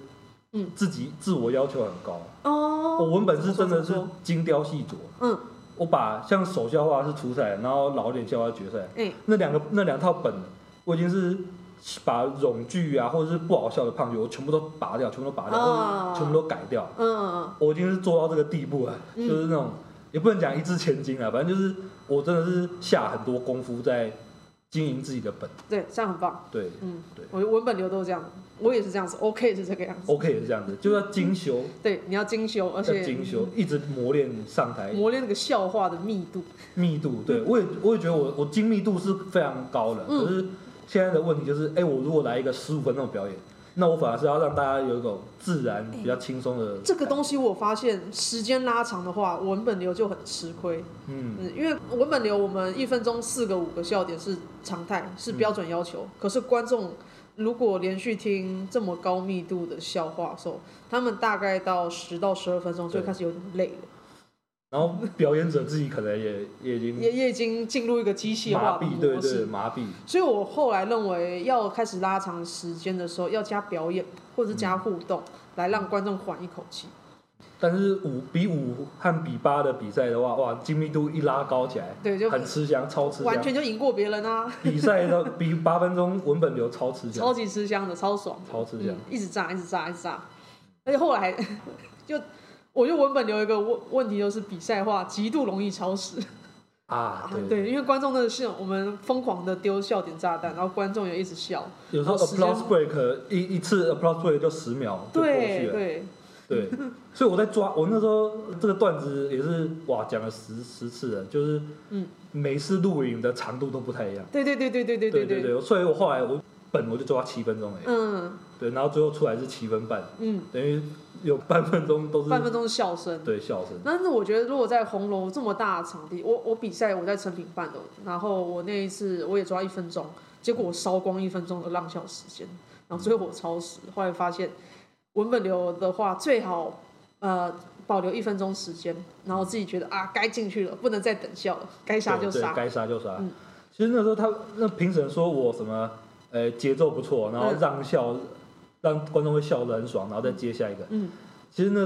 Speaker 1: 嗯，
Speaker 2: 自己自我要求很高。我
Speaker 1: 哦，
Speaker 2: 文本是真的
Speaker 1: 怎
Speaker 2: 是
Speaker 1: 么说
Speaker 2: 精雕细琢，
Speaker 1: 嗯
Speaker 2: 我把像首校话是初赛，然后老脸校花决赛，
Speaker 1: 哎
Speaker 2: 那两个那两套本，我已经是把冗句啊或者是不好笑的胖句，我全部都拔掉，全部都拔掉，
Speaker 1: 哦
Speaker 2: 或者全部都改掉。
Speaker 1: 嗯嗯
Speaker 2: 我已经是做到这个地步了，
Speaker 1: 嗯
Speaker 2: 就是那种也不能讲一掷千金啊，反正就是我真的是下很多功夫在经营自己的本，
Speaker 1: 嗯，对，这样很棒。
Speaker 2: 对
Speaker 1: 嗯，
Speaker 2: 对
Speaker 1: 我文本流都是这样，我也是这样子，OK 是这个样子。
Speaker 2: ，OK 也是这样子，就要精修，
Speaker 1: 对，你要精修，而
Speaker 2: 要
Speaker 1: 且
Speaker 2: 精修，一直磨练上台
Speaker 1: 磨练那个笑话的密度。
Speaker 2: 密度，对我也我也觉得我我精密度是非常高的，
Speaker 1: 嗯
Speaker 2: 可是现在的问题就是，哎、我如果来一个十五分钟的表演，那我反而是要让大家有一种自然比较轻松的、
Speaker 1: 哎这个，东西我发现，时间拉长的话，文本流就很吃亏。
Speaker 2: 嗯，
Speaker 1: 嗯，因为文本流我们一分钟四个五个笑点是常态，是
Speaker 2: 嗯
Speaker 1: 标准要求。可是观众如果连续听这么高密度的笑话的时候，他们大概到十到十二分钟就
Speaker 2: 对
Speaker 1: 开始有点累了，
Speaker 2: 然后表演者自己可能也也已经
Speaker 1: 也也已经进入一个机械
Speaker 2: 麻
Speaker 1: 化的
Speaker 2: 痹，
Speaker 1: 模式。
Speaker 2: 对对，麻痹，
Speaker 1: 所以我后来认为，要开始拉长时间的时候，要加表演或者
Speaker 2: 嗯
Speaker 1: 加互动，来让观众缓一口气。
Speaker 2: 但是五比五和比八的比赛的话，哇，精密度一拉高起来，
Speaker 1: 对，就
Speaker 2: 很吃香，超吃
Speaker 1: 完
Speaker 2: 香。
Speaker 1: 全就赢过别人啊，
Speaker 2: 比赛的比八分钟文本流超吃香，
Speaker 1: 超级吃香的，超爽的，
Speaker 2: 超吃香
Speaker 1: 嗯，一直炸，一直炸，一直炸。而且后来就，我觉得文本有一个问问题，就是比赛化极度容易超时。
Speaker 2: 啊，对，
Speaker 1: 对，因为观众真的是我们疯狂的丢笑点炸弹，然后观众也一直笑。
Speaker 2: 有时候
Speaker 1: 时间
Speaker 2: applause break 一一次 applause break 就十秒就过去
Speaker 1: 对
Speaker 2: 了，
Speaker 1: 对，
Speaker 2: 对，所以我在抓，我那时候这个段子也是哇，讲了十十次了，就是
Speaker 1: 嗯，
Speaker 2: 每次录影的长度都不太一样。
Speaker 1: 对对对对对对
Speaker 2: 对
Speaker 1: 对，
Speaker 2: 对，所以我后来我本我就抓七分钟而已，
Speaker 1: 嗯
Speaker 2: 对，然后最后出来是七分半，
Speaker 1: 嗯，
Speaker 2: 等于有半分钟都是
Speaker 1: 半分钟是笑声。
Speaker 2: 对笑声，
Speaker 1: 但是我觉得，如果在红楼这么大的场地，我我比赛我在成品办的，然后我那一次我也抓一分钟，结果我烧光一分钟的浪笑时间，然后最后我超时，后来发现文本流的话最好呃保留一分钟时间，然后自己觉得啊该进去了，不能再等笑了，该杀就
Speaker 2: 对对
Speaker 1: 杀，
Speaker 2: 该杀就杀
Speaker 1: 嗯。
Speaker 2: 其实那时候他那评审说我什么，呃，节奏不错，然后
Speaker 1: 嗯
Speaker 2: 让笑，让观众会笑得很爽，然后再接下一个。
Speaker 1: 嗯
Speaker 2: 其实那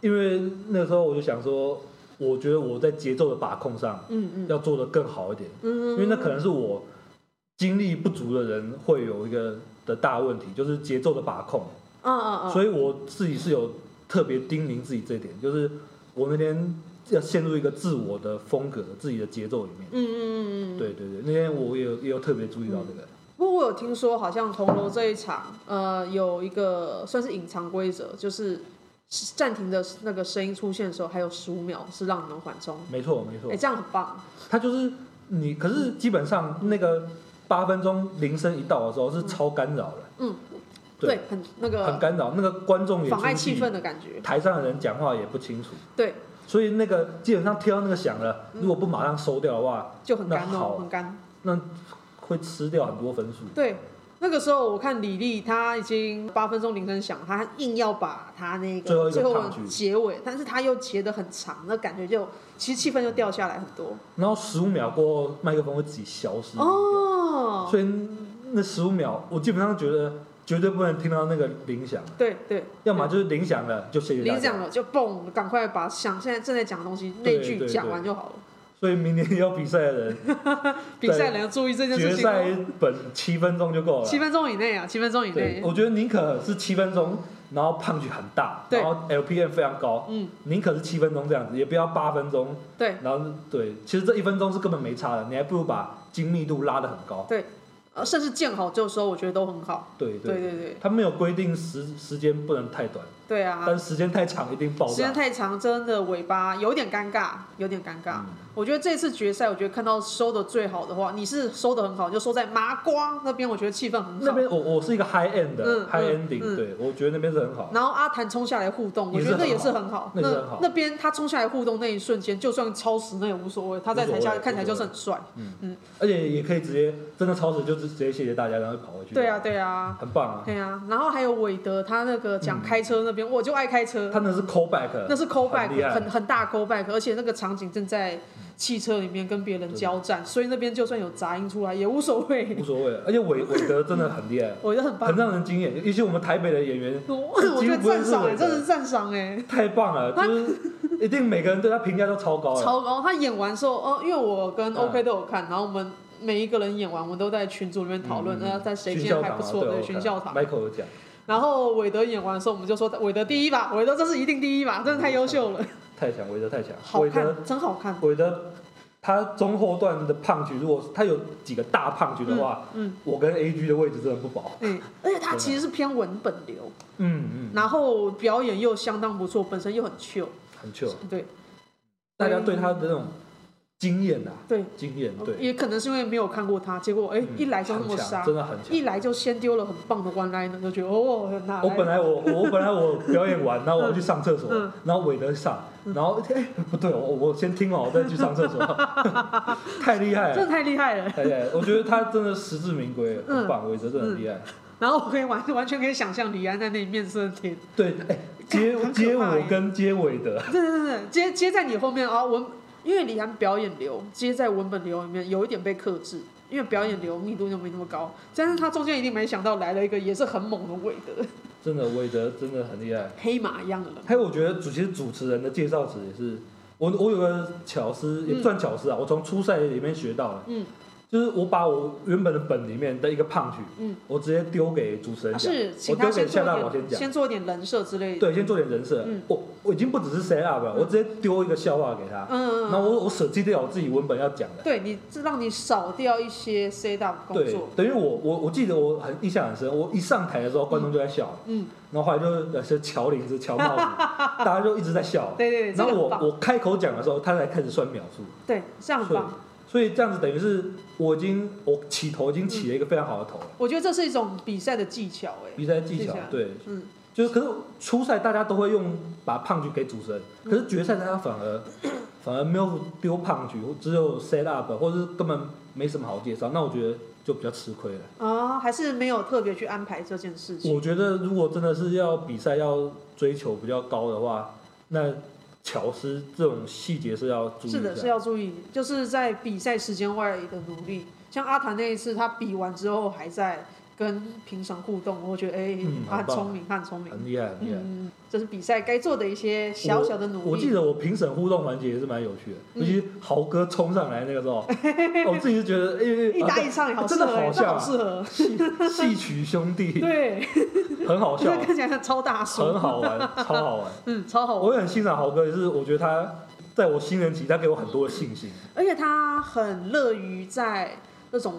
Speaker 2: 因为那时候我就想说，我觉得我在节奏的把控上
Speaker 1: 嗯嗯
Speaker 2: 要做得更好一点，
Speaker 1: 嗯，
Speaker 2: 因为那可能是我精力不足的人会有一个的大问题，就是节奏的把控。
Speaker 1: 嗯嗯嗯，
Speaker 2: 所以我自己是有特别叮咛自己这一点，就是我那天要陷入一个自我的风格、自己的节奏里面。
Speaker 1: 嗯嗯嗯嗯，
Speaker 2: 对对对，那天我也有也有特别注意到这个。
Speaker 1: 不过我有听说，好像红楼这一场，呃，有一个算是隐藏规则，就是暂停的那个声音出现的时候，还有十五秒是让你们缓冲。
Speaker 2: 没错没错
Speaker 1: 哎，，这样很棒。
Speaker 2: 它就是你，可是基本上那个八分钟铃声一到的时候是超干扰的，
Speaker 1: 嗯，
Speaker 2: 对
Speaker 1: 很那
Speaker 2: 很
Speaker 1: 个
Speaker 2: 干扰，那个观众
Speaker 1: 嗯
Speaker 2: 也
Speaker 1: 妨碍
Speaker 2: 出戏
Speaker 1: 气氛，的感觉。
Speaker 2: 台上的人讲话也不清楚。
Speaker 1: 对，
Speaker 2: 所以那个基本上听到那个响了，
Speaker 1: 嗯
Speaker 2: 如果不马上收掉的话，
Speaker 1: 就很干
Speaker 2: 那
Speaker 1: 哦
Speaker 2: 好，
Speaker 1: 很干。
Speaker 2: 那会吃掉很多分数。
Speaker 1: 对，那个时候我看李丽，她已经八分钟铃声响，她硬要把她那
Speaker 2: 最后
Speaker 1: 个
Speaker 2: 一个
Speaker 1: 最后
Speaker 2: 抗拒
Speaker 1: 的结尾，但是她又截得很长，那感觉就其实气氛就掉下来很多。
Speaker 2: 然后十五秒过后，麦克风会自己消失。
Speaker 1: 哦，
Speaker 2: 所以那十五秒，我基本上觉得绝对不能听到那个铃响，
Speaker 1: 对对，
Speaker 2: 要么就是铃响了就谢谢大
Speaker 1: 领
Speaker 2: 家。
Speaker 1: 奖了就蹦，赶快把想现在正在讲的东西
Speaker 2: 对
Speaker 1: 那句
Speaker 2: 对
Speaker 1: 讲
Speaker 2: 对
Speaker 1: 完就好了。
Speaker 2: 所以明年要比赛的人，
Speaker 1: 比赛人要注 意这件
Speaker 2: 决
Speaker 1: 事情
Speaker 2: 赛
Speaker 1: 哦，
Speaker 2: 本七分钟就够了
Speaker 1: 七。分钟以内啊，七分钟以
Speaker 2: 对
Speaker 1: 内，。
Speaker 2: 我觉得宁可是七分钟，然后胖距很大，
Speaker 1: 对
Speaker 2: 然后 LPM 非常高，
Speaker 1: 嗯，
Speaker 2: 宁可是七分钟这样子，也不要八分钟。
Speaker 1: 对
Speaker 2: 然后对，其实这一分钟是根本没差的，你还不如把精密度拉得很高。
Speaker 1: 对，呃，甚至见好就收，我觉得都很好。
Speaker 2: 对
Speaker 1: 对
Speaker 2: 对，
Speaker 1: 对对
Speaker 2: 他没有规定时时间不能太短，
Speaker 1: 对啊，
Speaker 2: 但时间太长一定爆
Speaker 1: 时
Speaker 2: 炸
Speaker 1: 间。太长，真的尾巴有点尴尬，有点尴尬。
Speaker 2: 嗯
Speaker 1: 我觉得这次决赛，我觉得看到收的最好的话，你是收的很好，你就收在麻瓜那边，我觉得气氛很
Speaker 2: 嗯那
Speaker 1: 好。
Speaker 2: 边我我是一个 high end 的、
Speaker 1: 嗯
Speaker 2: high
Speaker 1: 嗯
Speaker 2: ending，、
Speaker 1: 嗯
Speaker 2: 对我觉得那边是很好。
Speaker 1: 然后阿谭冲下来互动，我
Speaker 2: 也
Speaker 1: 觉得
Speaker 2: 是
Speaker 1: 那也
Speaker 2: 很好
Speaker 1: 是很好。
Speaker 2: 那也是很好
Speaker 1: 那边他冲下来互动那一瞬间，就算超时那也无所谓，他在台
Speaker 2: 无所
Speaker 1: 下
Speaker 2: 谓
Speaker 1: 看起来就是很帅。
Speaker 2: 而且也可以直接真的超时就直直接谢谢大家，然后就跑回去。
Speaker 1: 对啊，，对啊，
Speaker 2: 很棒啊！
Speaker 1: 对啊。然后还有韦德，他那个讲开车那边，我就爱开车，
Speaker 2: 他那是 callback，
Speaker 1: 那是 callback，
Speaker 2: 嗯很厉害
Speaker 1: 很很大 callback，而且那个场景正在汽车里面跟别人交战，所以那边就算有杂音出来也无所谓
Speaker 2: 无，所谓。而且韦韦德真的很厉害，
Speaker 1: 我觉得 很棒
Speaker 2: 很。让人惊艳。尤其我们台北的演员
Speaker 1: 我我觉得赞赏哎，真的是赞赏哎，
Speaker 2: 太 棒了，就是一定每个人对他评价都超高了。
Speaker 1: 超高。他演完之后，哦，因为我跟
Speaker 2: 哦嗯
Speaker 1: OK 都有看，然后我们每一个人演完，我们都在群组里面讨论，
Speaker 2: 嗯嗯嗯
Speaker 1: 呃，在谁今
Speaker 2: 军
Speaker 1: 天
Speaker 2: 校
Speaker 1: 还
Speaker 2: 堂
Speaker 1: 不
Speaker 2: 啊，
Speaker 1: 错，对，
Speaker 2: 对，
Speaker 1: 巡校堂。
Speaker 2: Michael 有讲，
Speaker 1: 然后韦德演完的时候，我们就说韦德第一吧，韦德这是一定第一吧，真的太优秀了，
Speaker 2: 太强，韦德太强，
Speaker 1: 好
Speaker 2: 韦德
Speaker 1: 看，真好看。
Speaker 2: 韦德。他中后段的胖局，如果他有几个大胖局的话，
Speaker 1: 嗯，
Speaker 2: 我跟 A G 的位置真的不保。
Speaker 1: 嗯，而且他其实是偏文本流，
Speaker 2: 嗯嗯，
Speaker 1: 然后表演又相当不错，本身又很 chill，
Speaker 2: 很 chill，
Speaker 1: 对
Speaker 2: 嗯大家对他的那种惊艳啊，
Speaker 1: 对，
Speaker 2: 惊艳，对，
Speaker 1: 也可能是因为没有看过他，结果哎、
Speaker 2: 嗯
Speaker 1: 一来就那么
Speaker 2: 很强
Speaker 1: 杀
Speaker 2: 真，的很强
Speaker 1: 一。来就先丢了很棒的 one liner，就觉得哦，哪
Speaker 2: 我本来我我本来我表演完，然后我
Speaker 1: 嗯
Speaker 2: 去上厕所
Speaker 1: 嗯，
Speaker 2: 然后韦德上，然后哎不对，我我先听完我再去上 厕所，太厉害
Speaker 1: 真的
Speaker 2: 了，
Speaker 1: 太厉害了。
Speaker 2: 太厉害了！我觉得他真的实至名归，
Speaker 1: 嗯
Speaker 2: 很棒，韦德真的很厉害。
Speaker 1: 然后我可以完完全可以想象李安在那里面色天，
Speaker 2: 对，哎 接
Speaker 1: 很可怕
Speaker 2: 接
Speaker 1: 耶
Speaker 2: 我跟接韦德，
Speaker 1: 对对对对，嗯接接在你后面啊，文因为李安表演流接在文本流里面有一点被克制，因为表演流密度就没那么高，但是他中间一定没想到来了一个也是很猛的韦德，
Speaker 2: 真的韦德真的很厉害。
Speaker 1: 黑马一样的人。
Speaker 2: 还有，我觉得主其实主持人的介绍词也是，我我有个巧思，也不算巧思啊，我从初赛里面学到的。
Speaker 1: 嗯，
Speaker 2: 就是我把我原本的本里面的一个胖曲，
Speaker 1: 嗯，
Speaker 2: 我直接丢给主持人
Speaker 1: 啊
Speaker 2: 讲，
Speaker 1: 是，请
Speaker 2: 我
Speaker 1: 他
Speaker 2: 丢给
Speaker 1: 先做
Speaker 2: 夏大
Speaker 1: 一
Speaker 2: 宝
Speaker 1: 点，
Speaker 2: 先讲，
Speaker 1: 先做一点人设之类的。
Speaker 2: 对，先做点人设
Speaker 1: 嗯。
Speaker 2: 我我已经不只是 set up 了，我直接丢一个笑话给他，
Speaker 1: 嗯，
Speaker 2: 那、我我舍弃掉我自己文本要讲的。
Speaker 1: 对你这让你少掉一些 set up 工
Speaker 2: 对
Speaker 1: 作，，
Speaker 2: 等于我我我记得我很印象很深，我一上台的时候观众就在笑，
Speaker 1: 嗯，
Speaker 2: 然后后来就有些乔林子、乔帽子，大家就一直在笑。
Speaker 1: 对对对，这
Speaker 2: 然
Speaker 1: 个
Speaker 2: 后
Speaker 1: 很
Speaker 2: 我
Speaker 1: 棒，
Speaker 2: 我开口讲的时候，他才开始算秒数，
Speaker 1: 对，这样很
Speaker 2: 所以
Speaker 1: 棒。
Speaker 2: 所以这样子等于是我已经我起头已经起了一个非常好的头了，
Speaker 1: 我觉得这是一种比赛的技巧，哎，
Speaker 2: 比赛技巧
Speaker 1: 技巧
Speaker 2: 对，
Speaker 1: 嗯，
Speaker 2: 就是可是初赛大家都会用把胖局给主持人，
Speaker 1: 嗯
Speaker 2: 可是决赛大家反而 反而没有丢胖局，只有 set up 或者是根本没什么好介绍，那我觉得就比较吃亏了。
Speaker 1: 啊，还是没有特别去安排这件事情。
Speaker 2: 我觉得如果真的是要比赛要追求比较高的话，那巧思这种细节是要注意
Speaker 1: 是的，是
Speaker 2: 的。
Speaker 1: 要注意，就是在比赛时间外的努力。像阿谭那一次，他比完之后还在跟评审互动，我觉得哎、
Speaker 2: 嗯
Speaker 1: 他
Speaker 2: 很
Speaker 1: 很
Speaker 2: 棒
Speaker 1: 聪明，他很聪明。
Speaker 2: 很厉害，很厉害。
Speaker 1: 嗯，这是比赛该做的一些小小的努
Speaker 2: 我记
Speaker 1: 力。
Speaker 2: 得我评审互动环节也是蛮有趣的，
Speaker 1: 嗯
Speaker 2: 尤其是豪哥冲上来那个时 候，我自己就觉得，哎、哎
Speaker 1: 一
Speaker 2: 啊
Speaker 1: 搭一唱也好适
Speaker 2: 真
Speaker 1: 合、
Speaker 2: 的
Speaker 1: 哎
Speaker 2: 好
Speaker 1: 这
Speaker 2: 笑
Speaker 1: 好
Speaker 2: 啊
Speaker 1: 适合。
Speaker 2: 戏曲兄弟
Speaker 1: 对，
Speaker 2: 很好笑
Speaker 1: 这，看起来超大叔，
Speaker 2: 很好玩，超好玩。
Speaker 1: 嗯，超好玩。
Speaker 2: 我也很欣赏豪哥，也是我觉得他在我新人期，他给我很多的信心。
Speaker 1: 而且他很乐于在那种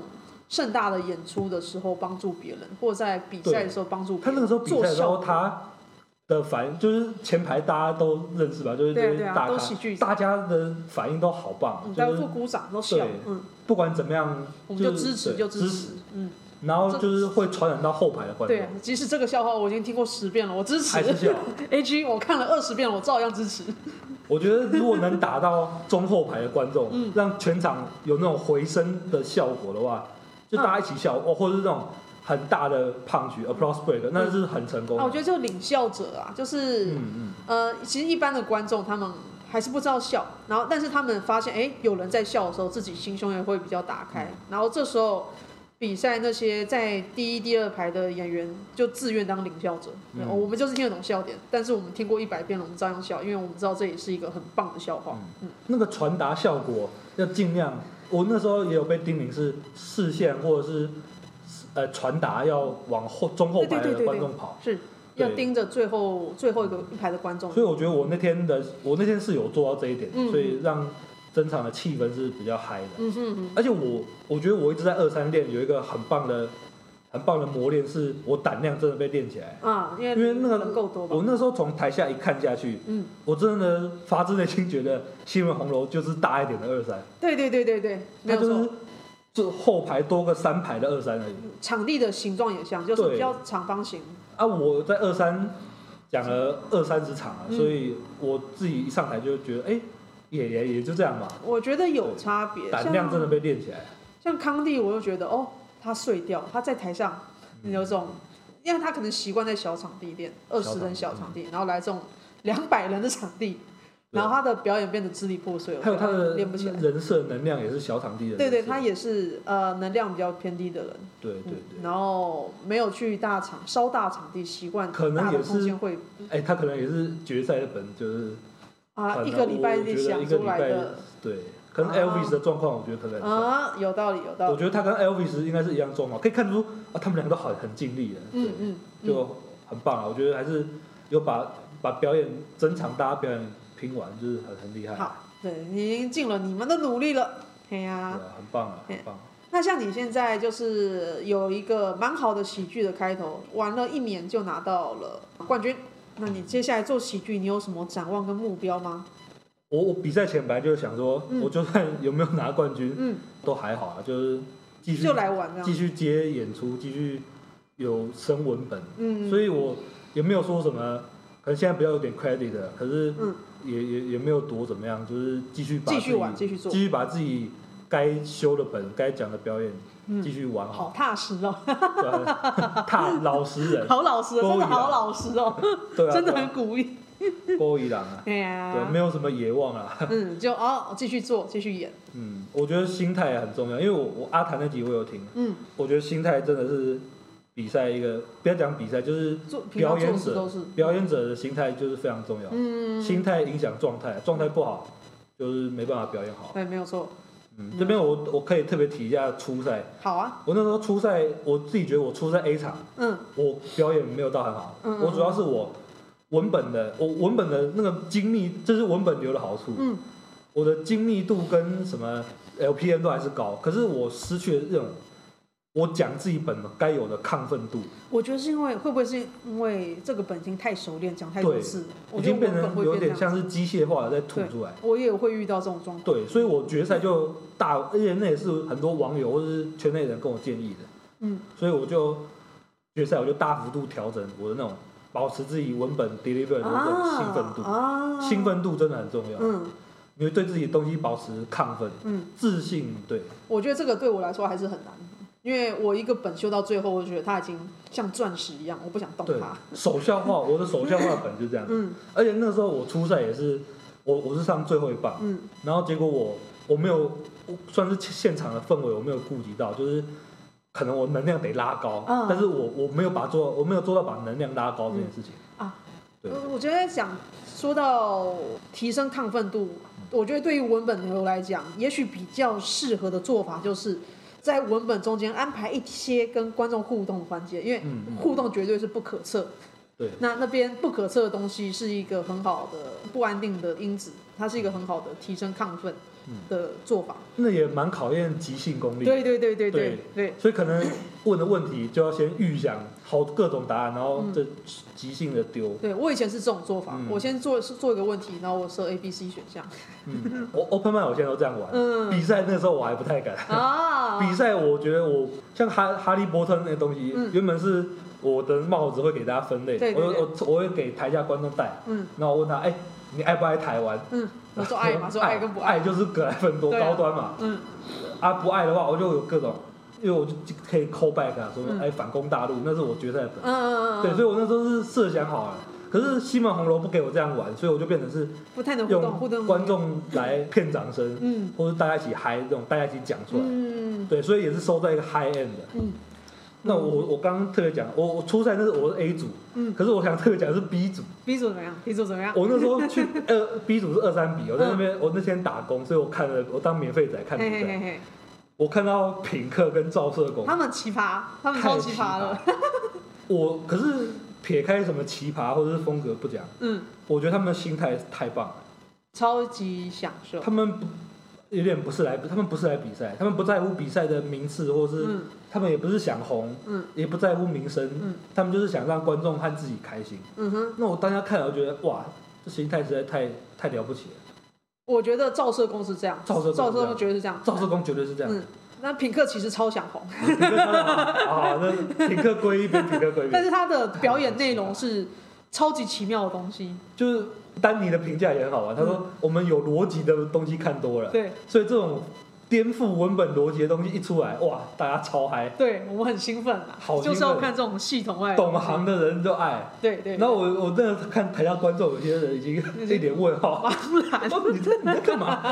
Speaker 1: 盛大的演出的时候帮助别人，或者在比赛的时候帮助别人。
Speaker 2: 他那个时候比赛
Speaker 1: 做
Speaker 2: 的时候，
Speaker 1: 效
Speaker 2: 他的反应就是前排大家都认识吧，就是这
Speaker 1: 对啊
Speaker 2: 些
Speaker 1: 对啊，
Speaker 2: 大
Speaker 1: 都
Speaker 2: 咖，
Speaker 1: 喜剧，
Speaker 2: 大家的反应都好棒，
Speaker 1: 嗯，
Speaker 2: 就
Speaker 1: 大家
Speaker 2: 是
Speaker 1: 都鼓掌，都笑
Speaker 2: 对，
Speaker 1: 嗯，
Speaker 2: 不管怎么样，
Speaker 1: 我们就是支持
Speaker 2: 对
Speaker 1: 就
Speaker 2: 支
Speaker 1: 持
Speaker 2: 持，，
Speaker 1: 嗯，
Speaker 2: 然后就是会传染到后排的观众
Speaker 1: 对，，啊即使这个笑话我已经听过十遍了，我支持
Speaker 2: 还。是笑。
Speaker 1: A G 我看了二十遍了，我照样支持。
Speaker 2: 我觉得如果能打到中后排的观众，
Speaker 1: 嗯
Speaker 2: 让全场有那种回声的效果的话，就
Speaker 1: 嗯
Speaker 2: 大家一起笑，哦，或者是那种很大的胖局 applause e break，那是很成功
Speaker 1: 啊，我
Speaker 2: 的。
Speaker 1: 觉得就领笑者啊，就是、
Speaker 2: 嗯
Speaker 1: 呃，其实一般的观众他们还是不知道笑，然后但是他们发现哎、诶有人在笑的时候，自己心胸也会比较打开，
Speaker 2: 嗯
Speaker 1: 然后这时候比赛那些在第一、第二排的演员就自愿当领笑者，对
Speaker 2: 嗯
Speaker 1: 我们就是听得懂笑点，但是我们听过一百遍了，我们照样笑，因为我们知道这也是一个很棒的笑话。嗯
Speaker 2: 嗯，那个传达效果要尽量。我那时候也有被叮咛是视线或者是呃传达要往后中后排的观众跑，
Speaker 1: 是
Speaker 2: 对
Speaker 1: 要盯着最后最后一个一排的观众。
Speaker 2: 所以我觉得我那天的我那天是有做到这一点，
Speaker 1: 嗯
Speaker 2: 所以让整场的气氛是比较嗨的。
Speaker 1: 嗯哼哼，
Speaker 2: 而且我我觉得我一直在二三练有一个很棒的很棒的磨练，是我胆量真的被练起来。
Speaker 1: 啊，因为
Speaker 2: 因为那个
Speaker 1: 人够多吧？
Speaker 2: 我那时候从台下一看下去，
Speaker 1: 嗯，
Speaker 2: 我真的发自内心觉得新闻红楼就是大一点的二三，
Speaker 1: 对对对对对，没有
Speaker 2: 它就
Speaker 1: 错。
Speaker 2: 是就后排多个三排的二三而已。
Speaker 1: 场地的形状也像，就是
Speaker 2: 对
Speaker 1: 比较长方形。
Speaker 2: 啊，我在二三讲了二三十场啊，
Speaker 1: 嗯
Speaker 2: 所以我自己一上台就觉得，哎、也也也就这样吧，
Speaker 1: 我觉得有差别，
Speaker 2: 胆量真的
Speaker 1: 像
Speaker 2: 被练起来。
Speaker 1: 像康帝，我就觉得哦，他碎掉，他在台上
Speaker 2: 嗯
Speaker 1: 有种，因为他可能习惯在小场地练，二
Speaker 2: 小
Speaker 1: 十
Speaker 2: 场
Speaker 1: 人
Speaker 2: 地嗯啊
Speaker 1: 小场地，然后来这种两百人的场地，然后他的表演变得支离破碎，我
Speaker 2: 还有
Speaker 1: 觉
Speaker 2: 他
Speaker 1: 得
Speaker 2: 的
Speaker 1: 练不起来。
Speaker 2: 人设能量也是小场地的人设，
Speaker 1: 对对，他也是呃能量比较偏低的人，
Speaker 2: 对对
Speaker 1: 嗯
Speaker 2: 对。
Speaker 1: 然后没有去大场稍大场地，习惯
Speaker 2: 可能
Speaker 1: 大的
Speaker 2: 也
Speaker 1: 空
Speaker 2: 是
Speaker 1: 间会
Speaker 2: 哎、他可能也是决赛的本，就是
Speaker 1: 嗯啊
Speaker 2: 可能
Speaker 1: 一个礼拜
Speaker 2: 我觉
Speaker 1: 里
Speaker 2: 得
Speaker 1: 想
Speaker 2: 一个
Speaker 1: 出
Speaker 2: 礼
Speaker 1: 来的
Speaker 2: 拜对，可能
Speaker 1: 啊
Speaker 2: Elvis 的状况，我觉得可能很像、
Speaker 1: 啊，有道理有道
Speaker 2: 我
Speaker 1: 理，
Speaker 2: 觉得他跟 Elvis 应该是一样状况，可以看出啊，他们两个都很很尽力的，对
Speaker 1: 嗯嗯，嗯
Speaker 2: 就很棒啊。我觉得还是有把把表演整场大家表演拼完，就是很很厉害，
Speaker 1: 好，对，你已经尽了你们的努力了。嘿呀、
Speaker 2: 对啊，很棒啊，
Speaker 1: 嗯
Speaker 2: 很棒。
Speaker 1: 那像你现在就是有一个蛮好的喜剧的开头，玩了一年就拿到了冠军。那你接下来做喜剧，你有什么展望跟目标吗？
Speaker 2: 我我比赛前本来就是想说，
Speaker 1: 嗯
Speaker 2: 我就算有没有拿冠军
Speaker 1: 嗯，
Speaker 2: 都还好啊，就是继续
Speaker 1: 就来玩这
Speaker 2: 继
Speaker 1: 样。
Speaker 2: 续接演出，继续有升文本。
Speaker 1: 嗯，
Speaker 2: 所以我也没有说什么，可能现在比较有点 credit 的，可是
Speaker 1: 嗯
Speaker 2: 也、也也没有多怎么样，就是继续把
Speaker 1: 继
Speaker 2: 自
Speaker 1: 续
Speaker 2: 己
Speaker 1: 玩，继续做，
Speaker 2: 继续把自己该修的本、该讲的表演继
Speaker 1: 嗯，
Speaker 2: 续玩
Speaker 1: 好
Speaker 2: 好，
Speaker 1: 踏实哦，
Speaker 2: 对啊踏老实人，
Speaker 1: 好老实哦，真的
Speaker 2: 勾引啊
Speaker 1: 好老实哦，
Speaker 2: 对啊，
Speaker 1: 真的
Speaker 2: 对
Speaker 1: 很
Speaker 2: 啊
Speaker 1: 鼓励。
Speaker 2: 勾一郎啊，
Speaker 1: 对
Speaker 2: 对，
Speaker 1: 呀，
Speaker 2: 没有什么野望啊，
Speaker 1: 嗯，就哦，继续做，继续演，
Speaker 2: 嗯，我觉得心态也很重要，因为我我阿谭那集我有听，
Speaker 1: 嗯，
Speaker 2: 我觉得心态真的是比赛一个，不要讲比赛，就是
Speaker 1: 做平常
Speaker 2: 表
Speaker 1: 做
Speaker 2: 演
Speaker 1: 事都
Speaker 2: 者
Speaker 1: 是，
Speaker 2: 表演者的心态就是非常重要，
Speaker 1: 嗯，
Speaker 2: 心态影响状态，状态不好就是没办法表演好。
Speaker 1: 对，没有错，
Speaker 2: 嗯，这边我我可以特别提一下初赛，
Speaker 1: 好啊，
Speaker 2: 我那时候初赛我自己觉得我初赛 A 场
Speaker 1: 嗯
Speaker 2: 我表演没有到很好，
Speaker 1: 嗯嗯
Speaker 2: 我主要是我文本的，我文本的那个精密，这是文本流的好处。
Speaker 1: 嗯，
Speaker 2: 我的精密度跟什么 LPM 都还是高，可是我失去了这种我讲自己本该有的亢奋度，
Speaker 1: 我觉得是因为会不会是因为这个本已经太熟练，讲太多
Speaker 2: 对
Speaker 1: 次，我
Speaker 2: 已
Speaker 1: 觉得
Speaker 2: 经变
Speaker 1: 文本
Speaker 2: 成
Speaker 1: 会
Speaker 2: 有
Speaker 1: 变
Speaker 2: 点
Speaker 1: 这样。
Speaker 2: 像是机械化的在吐出来。
Speaker 1: 我也会遇到这种状况。
Speaker 2: 对，所以我决赛就大，而且那也是很多网友或者是圈内人跟我建议的，
Speaker 1: 嗯，
Speaker 2: 所以我就决赛我就大幅度调整我的那种保持自己文本 deliver 的那种兴奋度，
Speaker 1: 啊，
Speaker 2: 兴，奋度真的很重要，
Speaker 1: 嗯
Speaker 2: 因为对自己的东西保持亢奋、
Speaker 1: 嗯，
Speaker 2: 自信，对，
Speaker 1: 我觉得这个对我来说还是很难，因为我一个本修到最后，我觉得它已经像钻石一样，我不想动
Speaker 2: 对
Speaker 1: 它。，
Speaker 2: 手笑话，我的手笑话本就这样，
Speaker 1: 嗯
Speaker 2: 而且那时候我初赛也是，我我是上最后一棒，
Speaker 1: 嗯
Speaker 2: 然后结果我我没有，我算是现场的氛围我没有顾及到，就是可能我能量得拉高，
Speaker 1: 嗯
Speaker 2: 但是我我没有把做，我没有做到把能量拉高这件事情。
Speaker 1: 啊，
Speaker 2: 对，
Speaker 1: 我我觉得想说到提升亢奋度，我觉得对于文本流来讲，也许比较适合的做法就是。在文本中间安排一些跟观众互动的环节，因为
Speaker 2: 嗯嗯
Speaker 1: 互动绝对是不可测，
Speaker 2: 对，
Speaker 1: 那那边不可测的东西是一个很好的不安定的因子，它是一个很好的提升亢奋的做法。
Speaker 2: 那也蛮考验即兴功力。
Speaker 1: 对对对对对对，
Speaker 2: 所以可能问的问题就要先预想好各种答案，然后
Speaker 1: 嗯
Speaker 2: 这即兴的丢。
Speaker 1: 对我以前是这种做法，
Speaker 2: 嗯
Speaker 1: 我先做是做一个问题，然后我设 A、B、C 选项。
Speaker 2: 嗯，我 open mind 我现在都这样玩。
Speaker 1: 嗯
Speaker 2: 比赛那时候我还不太敢。
Speaker 1: 啊，
Speaker 2: 比赛我觉得我像哈哈利波特那个东西，
Speaker 1: 嗯
Speaker 2: 原本是我的帽子会给大家分类，
Speaker 1: 对对对
Speaker 2: 我我我会给台下观众戴，
Speaker 1: 嗯
Speaker 2: 那我问他，哎、你爱不爱台湾？
Speaker 1: 嗯，我说 爱嘛，说
Speaker 2: 爱
Speaker 1: 爱跟不
Speaker 2: 爱
Speaker 1: 爱。
Speaker 2: 就是格莱芬多
Speaker 1: 对啊
Speaker 2: 高端嘛，
Speaker 1: 嗯
Speaker 2: 啊不爱的话我就有各种，因为我就可以 call back 啊，说哎、
Speaker 1: 嗯
Speaker 2: 反攻大陆，那是我决赛
Speaker 1: 嗯
Speaker 2: 本，
Speaker 1: 嗯嗯，
Speaker 2: 对，所
Speaker 1: 以
Speaker 2: 以我那时候是设想好了。可是西门红楼不给我这样玩，所以我就变成是
Speaker 1: 不太能互动，互
Speaker 2: 用
Speaker 1: 动
Speaker 2: 观，众来骗掌声，
Speaker 1: 嗯
Speaker 2: 或者大家一起嗨这种，大家一起讲出来。
Speaker 1: 嗯
Speaker 2: 对，所以也是收在一个 high end 的。
Speaker 1: 嗯
Speaker 2: 那我我刚刚特别讲，我我初赛那是我是 A 组，
Speaker 1: 嗯
Speaker 2: 可是我想特别讲的是 B 组。
Speaker 1: ，B 组怎么样？B 组怎么样？
Speaker 2: 我那时候 去呃 B 组是二三
Speaker 1: 嗯
Speaker 2: 比，我在那边、我那天打工，所以我看了我当免费仔看
Speaker 1: 嘿
Speaker 2: 比
Speaker 1: 嘿
Speaker 2: 赛，
Speaker 1: 嘿嘿，
Speaker 2: 我看到品客跟赵社工，
Speaker 1: 他们奇葩，他们
Speaker 2: 太
Speaker 1: 超奇葩了。
Speaker 2: 了。我可是撇开什么奇葩或者是风格不讲，
Speaker 1: 嗯，
Speaker 2: 我觉得他们的心态太棒了，
Speaker 1: 超级享受。
Speaker 2: 他们不。有点不是来，他们不是来比赛，他们不在乎比赛的名次，或是、
Speaker 1: 嗯
Speaker 2: 他们也不是想红，
Speaker 1: 嗯
Speaker 2: 也不在乎名声，
Speaker 1: 嗯
Speaker 2: 他们就是想让观众和自己开心。
Speaker 1: 嗯哼。
Speaker 2: 那我当下看了，我觉得哇，这心态实在太太了不起了。
Speaker 1: 我觉得照射工是这样，
Speaker 2: 照射工是这样
Speaker 1: 工绝对是这样。
Speaker 2: 赵社工绝对是这样，
Speaker 1: 嗯，那品客其实超想红，
Speaker 2: 品客当然 好啊，那品客归一边，品客归一
Speaker 1: 但
Speaker 2: 边，
Speaker 1: 是他的表演内容是超级奇妙的东西。
Speaker 2: 就是丹尼的评价也很好啊玩。他
Speaker 1: 嗯
Speaker 2: 说我们有逻辑的东西看多了，
Speaker 1: 对
Speaker 2: 所以这种颠覆文本逻辑的东西一出来，哇，大家超嗨，
Speaker 1: 对，我们很兴奋啊，
Speaker 2: 好兴奋
Speaker 1: 就是要看这种系统外的
Speaker 2: 懂行的人就爱。
Speaker 1: 对对，
Speaker 2: 然后我我真的看台下观众有些人已经一脸问号，说 你在你在干 嘛？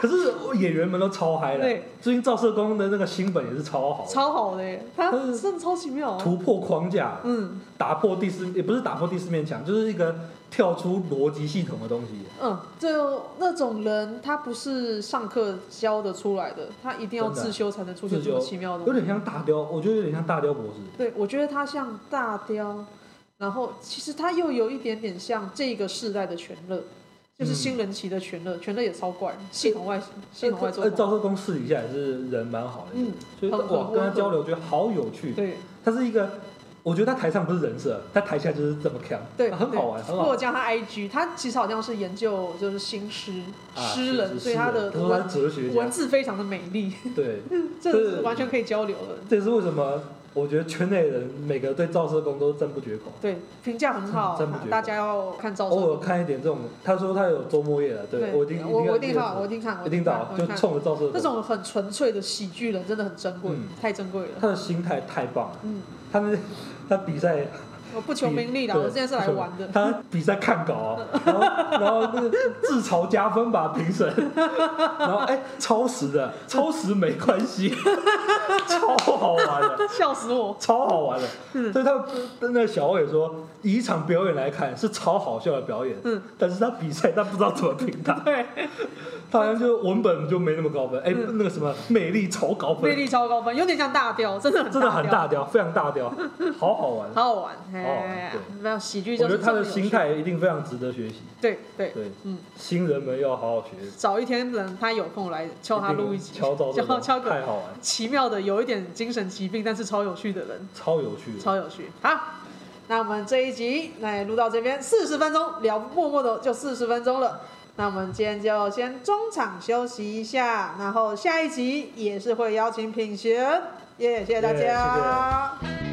Speaker 2: 可是演员们都超嗨了
Speaker 1: 对。
Speaker 2: 最近赵社工的那个新本也是超好 的，
Speaker 1: 超好的耶，他
Speaker 2: 但是
Speaker 1: 真的超奇妙啊。
Speaker 2: 突破框架，
Speaker 1: 嗯
Speaker 2: 打破第四也不是打破第四面墙，就是一个跳出逻辑系统的东西。
Speaker 1: 嗯，就那种人，他不是上课教的出来的，他一定要
Speaker 2: 真的啊
Speaker 1: 自修才能出现
Speaker 2: 自
Speaker 1: 这
Speaker 2: 修
Speaker 1: 么奇妙的
Speaker 2: 有
Speaker 1: 东西。
Speaker 2: 点像大雕，我觉得有点像大雕博士。
Speaker 1: 对，我觉得他像大雕，然后其实他又有一点点像这个世代的全乐，
Speaker 2: 嗯
Speaker 1: 就是新人期的全乐，全乐也超怪，系统外系统外做
Speaker 2: 呃，赵社工私底下也是人蛮好的，
Speaker 1: 嗯
Speaker 2: 所以
Speaker 1: 很
Speaker 2: 哇
Speaker 1: 很
Speaker 2: 跟他
Speaker 1: 温和
Speaker 2: 交流觉得好有趣。
Speaker 1: 对
Speaker 2: 他是一个，我觉得他台上不是人设，他台下就是这么强，
Speaker 1: 对，
Speaker 2: 很好玩，
Speaker 1: 对
Speaker 2: 很好
Speaker 1: 我有
Speaker 2: 玩。
Speaker 1: 加他 IG，他其实好像是研究就是新诗、
Speaker 2: 啊
Speaker 1: 诗
Speaker 2: 是
Speaker 1: 人，
Speaker 2: 是
Speaker 1: 所以
Speaker 2: 诗
Speaker 1: 他
Speaker 2: 人
Speaker 1: 的
Speaker 2: 他说他
Speaker 1: 文
Speaker 2: 是哲学
Speaker 1: 文
Speaker 2: 家，
Speaker 1: 字非常的美丽，
Speaker 2: 对，
Speaker 1: 这
Speaker 2: 对
Speaker 1: 是完全可以交流的。
Speaker 2: 这也是为什么我觉得圈内人每个对赵社工都赞不绝口。
Speaker 1: 对，评价很好
Speaker 2: 真不觉，得
Speaker 1: 大家要看照
Speaker 2: 偶尔
Speaker 1: 片。
Speaker 2: 看一点这种，他说他有周末夜了，对
Speaker 1: 对，
Speaker 2: 我一定
Speaker 1: 我我一定
Speaker 2: 要
Speaker 1: 看，我一定看，我
Speaker 2: 一定
Speaker 1: 看
Speaker 2: 到，
Speaker 1: 我
Speaker 2: 就
Speaker 1: 看
Speaker 2: 冲着赵社
Speaker 1: 那
Speaker 2: 工，
Speaker 1: 种很纯粹的喜剧人真的很珍贵
Speaker 2: 嗯，
Speaker 1: 太珍贵了。
Speaker 2: 他的心态太棒了，
Speaker 1: 嗯，
Speaker 2: 他那他比赛
Speaker 1: 我不求名利啦，
Speaker 2: 对
Speaker 1: 我今天是来玩的。
Speaker 2: 他比赛看稿啊，然后然后那个自嘲加分吧评审，然后哎超时的，超时没关系， 超好玩的。
Speaker 1: 笑死我！
Speaker 2: 超好玩
Speaker 1: 嗯
Speaker 2: 的，所以他那个小欧也说，以一场表演来看是超好笑的表演，
Speaker 1: 嗯，
Speaker 2: 但是他比赛他不知道怎么评他，
Speaker 1: 对，
Speaker 2: 他好像就文本就没那么高分，哎、
Speaker 1: 嗯
Speaker 2: 那个什么魅力超高
Speaker 1: 魅
Speaker 2: 分，
Speaker 1: 力超高分，有点像大雕，真的很
Speaker 2: 真的很
Speaker 1: 雕，
Speaker 2: 大雕，非常大雕，好好玩。
Speaker 1: 好好玩。哎，没有喜剧
Speaker 2: 我
Speaker 1: 就
Speaker 2: 觉
Speaker 1: 是
Speaker 2: 得他的
Speaker 1: 这么有趣
Speaker 2: 心，态一定非常值得学习。
Speaker 1: 对对，
Speaker 2: 对，
Speaker 1: 嗯
Speaker 2: 新人们要好好学，
Speaker 1: 找一天等他有空来敲他录一集，
Speaker 2: 敲到这
Speaker 1: 敲
Speaker 2: 种
Speaker 1: 敲个
Speaker 2: 太好玩，
Speaker 1: 奇妙的有一点精神疾病但是超有趣的人，
Speaker 2: 超有趣的。
Speaker 1: 超有趣。好，那我们这一集那也录到这边四十分钟，聊默默的就四十分钟了。那我们今天就先中场休息一下，然后下一集也是会邀请品贤，耶、谢谢大
Speaker 2: 耶谢
Speaker 1: 家。
Speaker 2: 谢